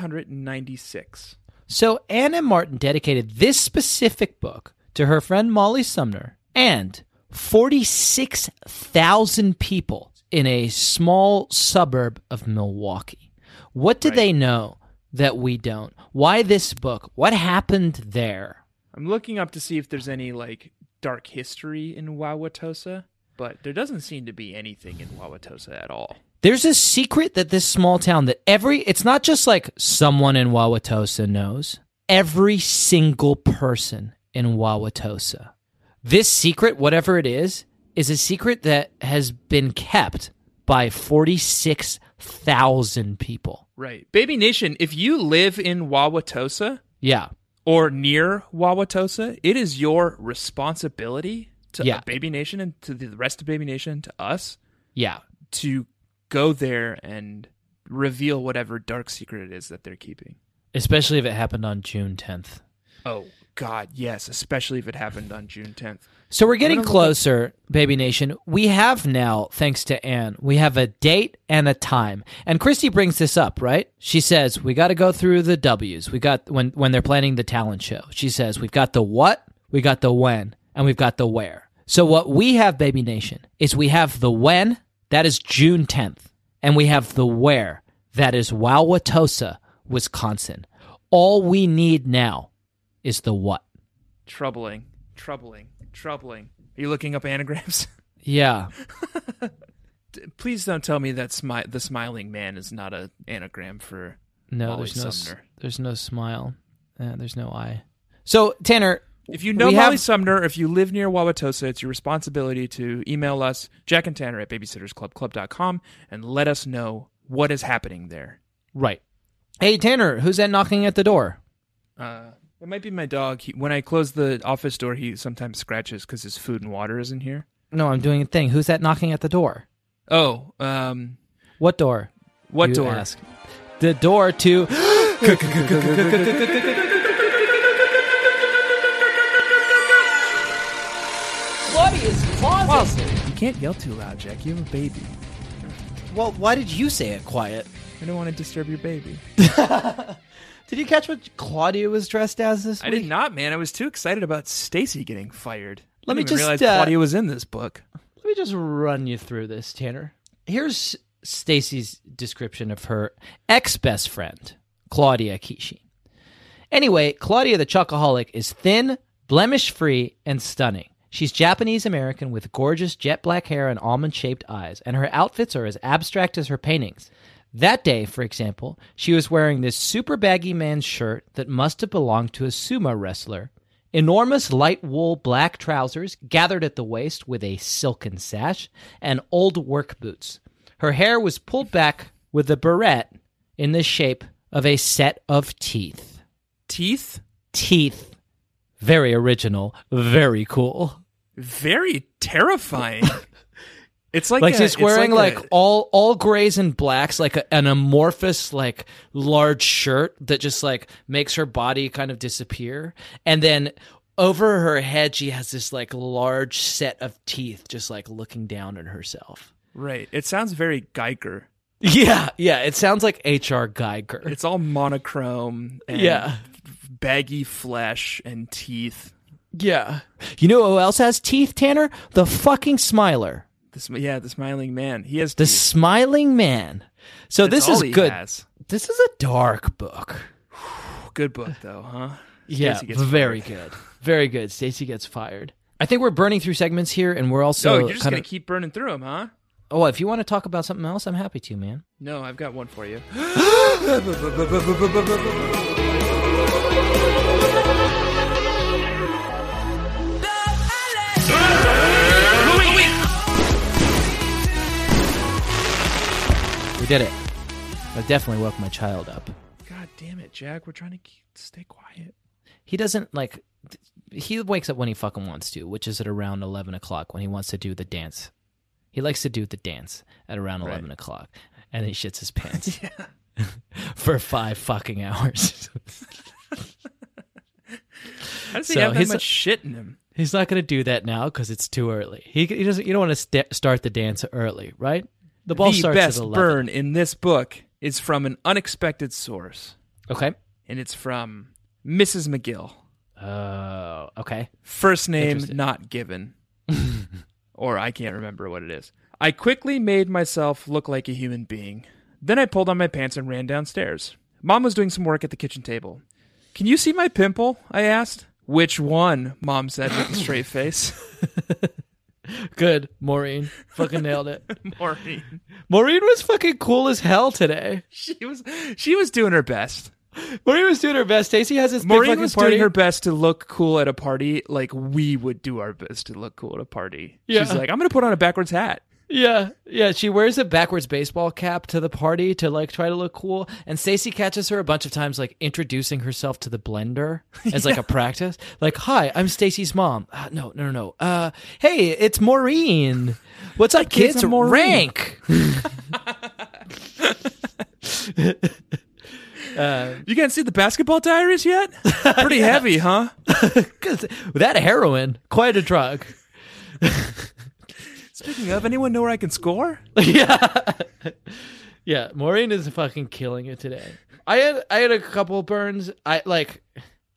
[SPEAKER 3] 46,396.
[SPEAKER 4] So Anna Martin dedicated this specific book to her friend Molly Sumner and 46,000 people in a small suburb of Milwaukee. What do they know that we don't? Why this book? What happened there?
[SPEAKER 3] I'm looking up to see if there's any like dark history in Wauwatosa, but there doesn't seem to be anything in Wauwatosa at all.
[SPEAKER 4] There's a secret that this small town that every it's not just like someone in Wauwatosa knows. Every single person in Wauwatosa. This secret, whatever it is, is a secret that has been kept by 46,000 people.
[SPEAKER 3] Right. Baby Nation, if you live in Wauwatosa
[SPEAKER 4] Yeah.
[SPEAKER 3] or near Wauwatosa, it is your responsibility to
[SPEAKER 4] Yeah.
[SPEAKER 3] Baby Nation and to the rest of Baby Nation, to us,
[SPEAKER 4] Yeah.
[SPEAKER 3] to go there and reveal whatever dark secret it is that they're keeping.
[SPEAKER 4] Especially if it happened on June 10th.
[SPEAKER 3] Oh, God, yes, especially if it happened on June 10th.
[SPEAKER 4] So we're getting
[SPEAKER 3] I'm gonna look
[SPEAKER 4] closer, Baby Nation. We have now, thanks to Anne, we have a date and a time. And Christy brings this up, right? She says we got to go through the W's. We got when when they're planning the talent show. She says we've got the what, we got the when, and we've got the where. So what we have, Baby Nation, is we have the when. That is June 10th, and we have the where. That is Wauwatosa, Wisconsin. All we need now is the what.
[SPEAKER 3] Troubling, troubling, troubling. Are you looking up anagrams?
[SPEAKER 4] Yeah.
[SPEAKER 3] D- Please don't tell me that smi- the smiling man is not an anagram for
[SPEAKER 4] No,
[SPEAKER 3] Molly
[SPEAKER 4] there's no, s-
[SPEAKER 3] Sumner.
[SPEAKER 4] there's no smile. Uh, there's no eye. So, Tanner,
[SPEAKER 3] If you know
[SPEAKER 4] we
[SPEAKER 3] Molly
[SPEAKER 4] have-
[SPEAKER 3] Sumner, if you live near Wauwatosa, it's your responsibility to email us, Jack and Tanner at babysittersclubclub.com, and let us know what is happening there.
[SPEAKER 4] Right. Hey, Tanner, who's that knocking at the door?
[SPEAKER 3] Uh, it might be my dog. He, when I close the office door, he sometimes scratches because his food and water isn't here.
[SPEAKER 4] No, I'm doing a thing. Who's that knocking at the door?
[SPEAKER 3] Oh, um,
[SPEAKER 4] What door?
[SPEAKER 3] what
[SPEAKER 4] you
[SPEAKER 3] door?
[SPEAKER 4] ask. The door to.
[SPEAKER 3] You can't yell too loud, Jack. You have a baby.
[SPEAKER 5] Well, why did you say it quiet?
[SPEAKER 3] I don't want to disturb your baby.
[SPEAKER 5] Did you catch what Claudia was dressed as this
[SPEAKER 3] I
[SPEAKER 5] week?
[SPEAKER 3] did not, man. I was too excited about Stacy getting fired. I
[SPEAKER 4] Let me
[SPEAKER 3] didn't even
[SPEAKER 4] just,
[SPEAKER 3] realize
[SPEAKER 4] uh,
[SPEAKER 3] Claudia was in this book.
[SPEAKER 4] Let me just run you through this, Tanner. Here's Stacy's description of her ex best friend, Claudia Kishi. Anyway, Claudia the Chocoholic is thin, blemish free, and stunning. She's Japanese American with gorgeous jet black hair and almond shaped eyes, and her outfits are as abstract as her paintings. That day, for example, she was wearing this super baggy man's shirt that must have belonged to a sumo wrestler, enormous light wool black trousers gathered at the waist with a silken sash, and old work boots. Her hair was pulled back with a beret in the shape of a set of teeth
[SPEAKER 3] Teeth?
[SPEAKER 4] teeth. Very original, very cool.
[SPEAKER 3] Very terrifying. it's like,
[SPEAKER 4] Like
[SPEAKER 3] a-
[SPEAKER 4] she's
[SPEAKER 3] it's
[SPEAKER 4] wearing like,
[SPEAKER 3] a-
[SPEAKER 4] all all grays and blacks, like a, an amorphous like large shirt that just like makes her body kind of disappear, and then over her head she has this like large set of teeth, just like looking down at herself.
[SPEAKER 3] right. It sounds very Geiger.
[SPEAKER 4] Yeah, yeah. It sounds like H.R. Geiger.
[SPEAKER 3] It's all monochrome. And
[SPEAKER 4] Yeah.
[SPEAKER 3] Baggy flesh and teeth.
[SPEAKER 4] yeah. You know who else has teeth, Tanner? The fucking Smiler.
[SPEAKER 3] This, yeah, the smiling man. He has
[SPEAKER 4] The
[SPEAKER 3] teeth.
[SPEAKER 4] smiling man. So
[SPEAKER 3] That's
[SPEAKER 4] this is
[SPEAKER 3] all he
[SPEAKER 4] good.
[SPEAKER 3] has.
[SPEAKER 4] This is a dark book.
[SPEAKER 3] Good book though, huh?
[SPEAKER 4] Yeah,
[SPEAKER 3] Stacey gets
[SPEAKER 4] very good. Very good. Stacy gets fired. I think we're burning through segments here, and we're also
[SPEAKER 3] So Oh, you're just
[SPEAKER 4] kind
[SPEAKER 3] gonna keep burning through him, huh?
[SPEAKER 4] Oh, if you want to talk about something else, I'm happy to, man.
[SPEAKER 3] No, I've got one for you.
[SPEAKER 4] We did it. I definitely woke my child up.
[SPEAKER 3] God damn it, Jack. We're trying to keep, stay quiet.
[SPEAKER 4] He doesn't like. th- He wakes up when he fucking wants to, which is at around eleven o'clock when he wants to do the dance. He likes to do the dance at around
[SPEAKER 3] Right.
[SPEAKER 4] eleven o'clock, and he shits his pants for five fucking hours.
[SPEAKER 3] How does he
[SPEAKER 4] So
[SPEAKER 3] have that
[SPEAKER 4] he's-
[SPEAKER 3] much shit in him?
[SPEAKER 4] He's not going to do that now because it's too early. He, he doesn't. You don't want to st- start the dance early, right? The ball
[SPEAKER 3] the
[SPEAKER 4] starts
[SPEAKER 3] best
[SPEAKER 4] at eleven.
[SPEAKER 3] burn in this book is from an unexpected source,
[SPEAKER 4] Okay.
[SPEAKER 3] and it's from Mrs. McGill.
[SPEAKER 4] Uh, okay.
[SPEAKER 3] First name
[SPEAKER 4] Interesting.
[SPEAKER 3] not given, or I can't remember what it is. I quickly made myself look like a human being. Then I pulled on my pants and ran downstairs. Mom was doing some work at the kitchen table. Can you see my pimple? I asked. Which one? Mom said with a straight face.
[SPEAKER 4] Good, Maureen. Fucking nailed it.
[SPEAKER 3] Maureen.
[SPEAKER 4] Maureen was fucking cool as hell today.
[SPEAKER 3] She was she was doing her best.
[SPEAKER 4] Maureen was doing her best. Stacy has this big
[SPEAKER 3] Maureen
[SPEAKER 4] fucking
[SPEAKER 3] was
[SPEAKER 4] party.
[SPEAKER 3] doing her best to look cool at a party, like we would do our best to look cool at a party. She's
[SPEAKER 4] Yeah.
[SPEAKER 3] like, I'm gonna put on a backwards hat.
[SPEAKER 4] yeah, yeah. She wears a backwards baseball cap to the party to like try to look cool. And Stacy catches her a bunch of times, like introducing herself to the blender as like a practice. Like, hi, I'm Stacy's mom. Uh, no, no, no, no. Uh, hey, it's Maureen. What's up,
[SPEAKER 3] kids,
[SPEAKER 4] kids?
[SPEAKER 3] I'm Maureen.
[SPEAKER 4] Rank.
[SPEAKER 3] You guys see the basketball diaries yet? Pretty heavy, huh?
[SPEAKER 4] 'Cause that heroin, quite a drug.
[SPEAKER 3] Speaking of, anyone know where I can score?
[SPEAKER 4] yeah. Yeah, Maureen is fucking killing it today. I had I had a couple burns. I like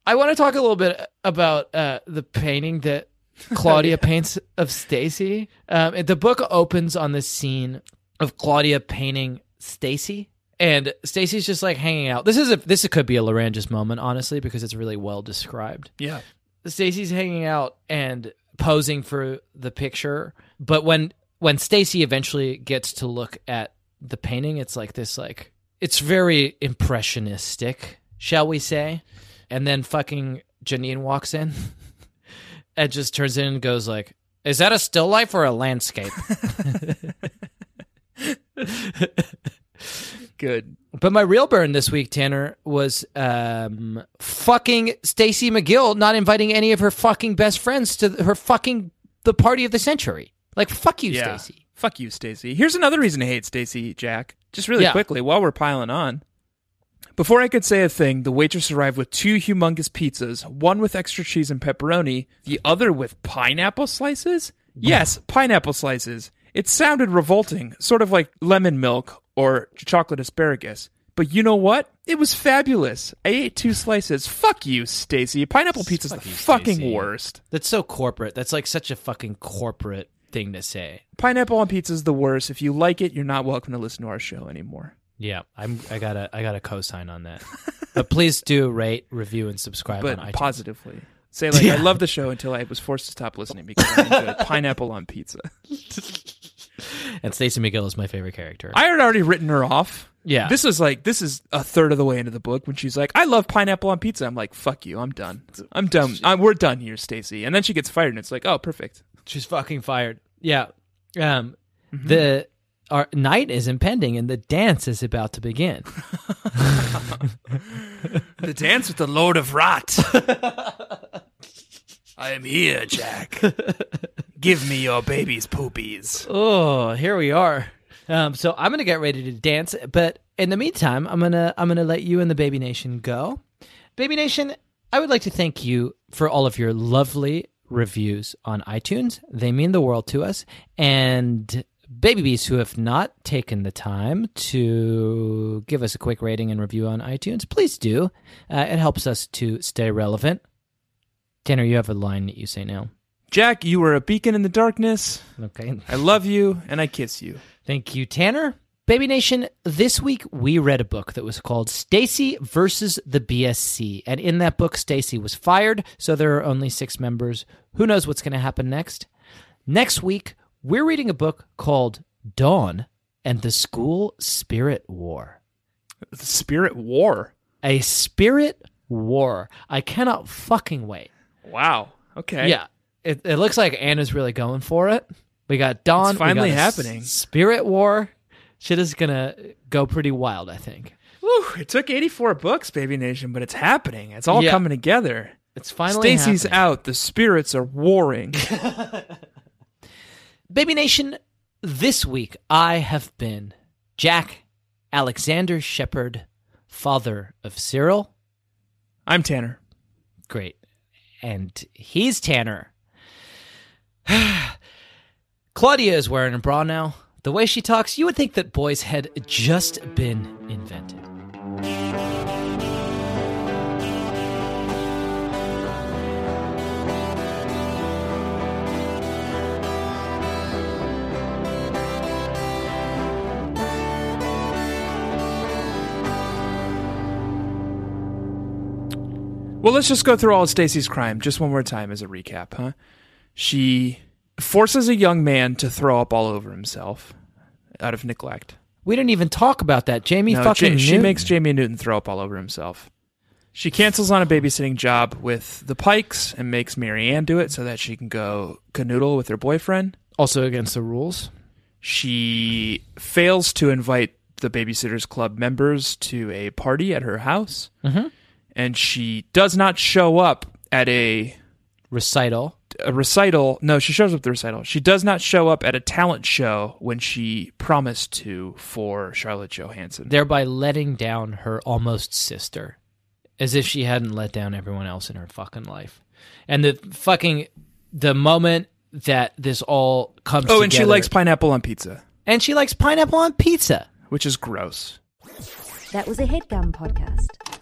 [SPEAKER 4] I want to talk a little bit about uh the painting that Claudia paints of Stacy. Um and the book opens on this scene of Claudia painting Stacy. And Stacy's just like hanging out. This is a this could be a Larangis moment, honestly, because it's really well described.
[SPEAKER 3] Yeah.
[SPEAKER 4] Stacy's hanging out and posing for the picture, but when when Stacy eventually gets to look at the painting, it's like this like it's very impressionistic, shall we say? And then fucking Janine walks in and just turns in and goes like, "Is that a still life or a landscape?"
[SPEAKER 3] Good.
[SPEAKER 4] But my real burn this week, Tanner, was um, fucking Stacy McGill not inviting any of her fucking best friends to her fucking the party of the century. Like fuck you,
[SPEAKER 3] yeah.
[SPEAKER 4] Stacy.
[SPEAKER 3] Fuck you, Stacy. Here's another reason to hate Stacy, Jack. Just really
[SPEAKER 4] Yeah.
[SPEAKER 3] quickly, while we're piling on. Before I could say a thing, the waitress arrived with two humongous pizzas, one with extra cheese and pepperoni, the other with pineapple slices? Yes, pineapple slices. It sounded revolting, sort of like lemon milk or ch- chocolate asparagus. But you know what? It was fabulous. I ate two slices. Fuck you, Stacy. Pineapple pizza's
[SPEAKER 4] Fuck
[SPEAKER 3] the
[SPEAKER 4] you,
[SPEAKER 3] fucking
[SPEAKER 4] Stacey.
[SPEAKER 3] worst.
[SPEAKER 4] That's so corporate. That's like such a fucking corporate thing to say.
[SPEAKER 3] Pineapple on pizza's the worst. If you like it, you're not welcome to listen to our show anymore.
[SPEAKER 4] Yeah, I'm. I gotta. I gotta co-sign on that. but please do rate, review, and subscribe
[SPEAKER 3] but
[SPEAKER 4] on iTunes.
[SPEAKER 3] positively. Say like I love the show until I was forced to stop listening because I enjoyed pineapple on pizza.
[SPEAKER 4] and Stacy McGill is my favorite character.
[SPEAKER 3] I had already written her off.
[SPEAKER 4] yeah.
[SPEAKER 3] This was like this is a third of the way into the book when she's like, "I love pineapple on pizza." I'm like, "Fuck you, I'm done. I'm done. I, we're done here, Stacy." And then she gets fired, and it's like, "Oh, perfect."
[SPEAKER 4] She's fucking fired. Yeah. Um the our night is impending and the dance is about to begin.
[SPEAKER 3] The dance with the Lord of Rot. I am here, Jack. Give me your baby's poopies.
[SPEAKER 4] oh, here we are. Um so I'm going to get ready to dance, but in the meantime, I'm going to I'm going to let you and the Baby Nation go. Baby Nation, I would like to thank you for all of your lovely reviews on iTunes. They mean the world to us. And baby bees who have not taken the time to give us a quick rating and review on iTunes, please do. Uh, it helps us to stay relevant. Tanner, you have a line that you say now.
[SPEAKER 3] Jack, you were a beacon in the darkness.
[SPEAKER 4] Okay.
[SPEAKER 3] I love you, and I kiss you.
[SPEAKER 4] Thank you, Tanner. Baby Nation, this week we read a book that was called Stacy versus the BSC. And in that book, Stacy was fired, so there are only six members. Who knows what's going to happen next? Next week, we're reading a book called Dawn and the School Spirit War.
[SPEAKER 3] The spirit war.
[SPEAKER 4] A spirit war. I cannot fucking wait.
[SPEAKER 3] Wow. Okay.
[SPEAKER 4] Yeah. It, it looks like Anna's really going for it. We got Dawn. we
[SPEAKER 3] finally
[SPEAKER 4] got a s-
[SPEAKER 3] happening.
[SPEAKER 4] Spirit War. Shit is going to go pretty wild, I think.
[SPEAKER 3] Whew, it took 84 books, Baby Nation, but it's happening. It's all
[SPEAKER 4] Yeah.
[SPEAKER 3] coming together.
[SPEAKER 4] It's finally
[SPEAKER 3] Stacy's
[SPEAKER 4] happening.
[SPEAKER 3] out. The spirits are warring.
[SPEAKER 4] Baby Nation, this week I have been Jack Alexander Shepard, father of Cyril.
[SPEAKER 3] I'm Tanner.
[SPEAKER 4] Great. And he's Tanner. Claudia is wearing a bra now. The way she talks, you would think that boys had just been invented.
[SPEAKER 3] Well, let's just go through all of Stacy's crime just one more time as a recap, huh? She forces a young man to throw up all over himself out of neglect.
[SPEAKER 4] We didn't even talk about that. Jamie
[SPEAKER 3] No,
[SPEAKER 4] fucking
[SPEAKER 3] Ja- she
[SPEAKER 4] Newton.
[SPEAKER 3] makes Jamie Newton throw up all over himself. She cancels on a babysitting job with the Pikes and makes Mary Ann do it so that she can go canoodle with her boyfriend.
[SPEAKER 4] also against the rules.
[SPEAKER 3] She fails to invite the Babysitters Club members to a party at her house.
[SPEAKER 4] Mm-hmm.
[SPEAKER 3] And she does not show up at a,
[SPEAKER 4] Recital.
[SPEAKER 3] a recital. No, she shows up at the recital. She does not show up at a talent show when she promised to for Charlotte Johansson.
[SPEAKER 4] thereby letting down her almost sister, as if she hadn't let down everyone else in her fucking life. And the fucking the moment that this all comes.
[SPEAKER 3] oh, and she
[SPEAKER 4] together-
[SPEAKER 3] likes pineapple on pizza,
[SPEAKER 4] and she likes pineapple on pizza.
[SPEAKER 3] which is gross.
[SPEAKER 1] That was a headgum podcast.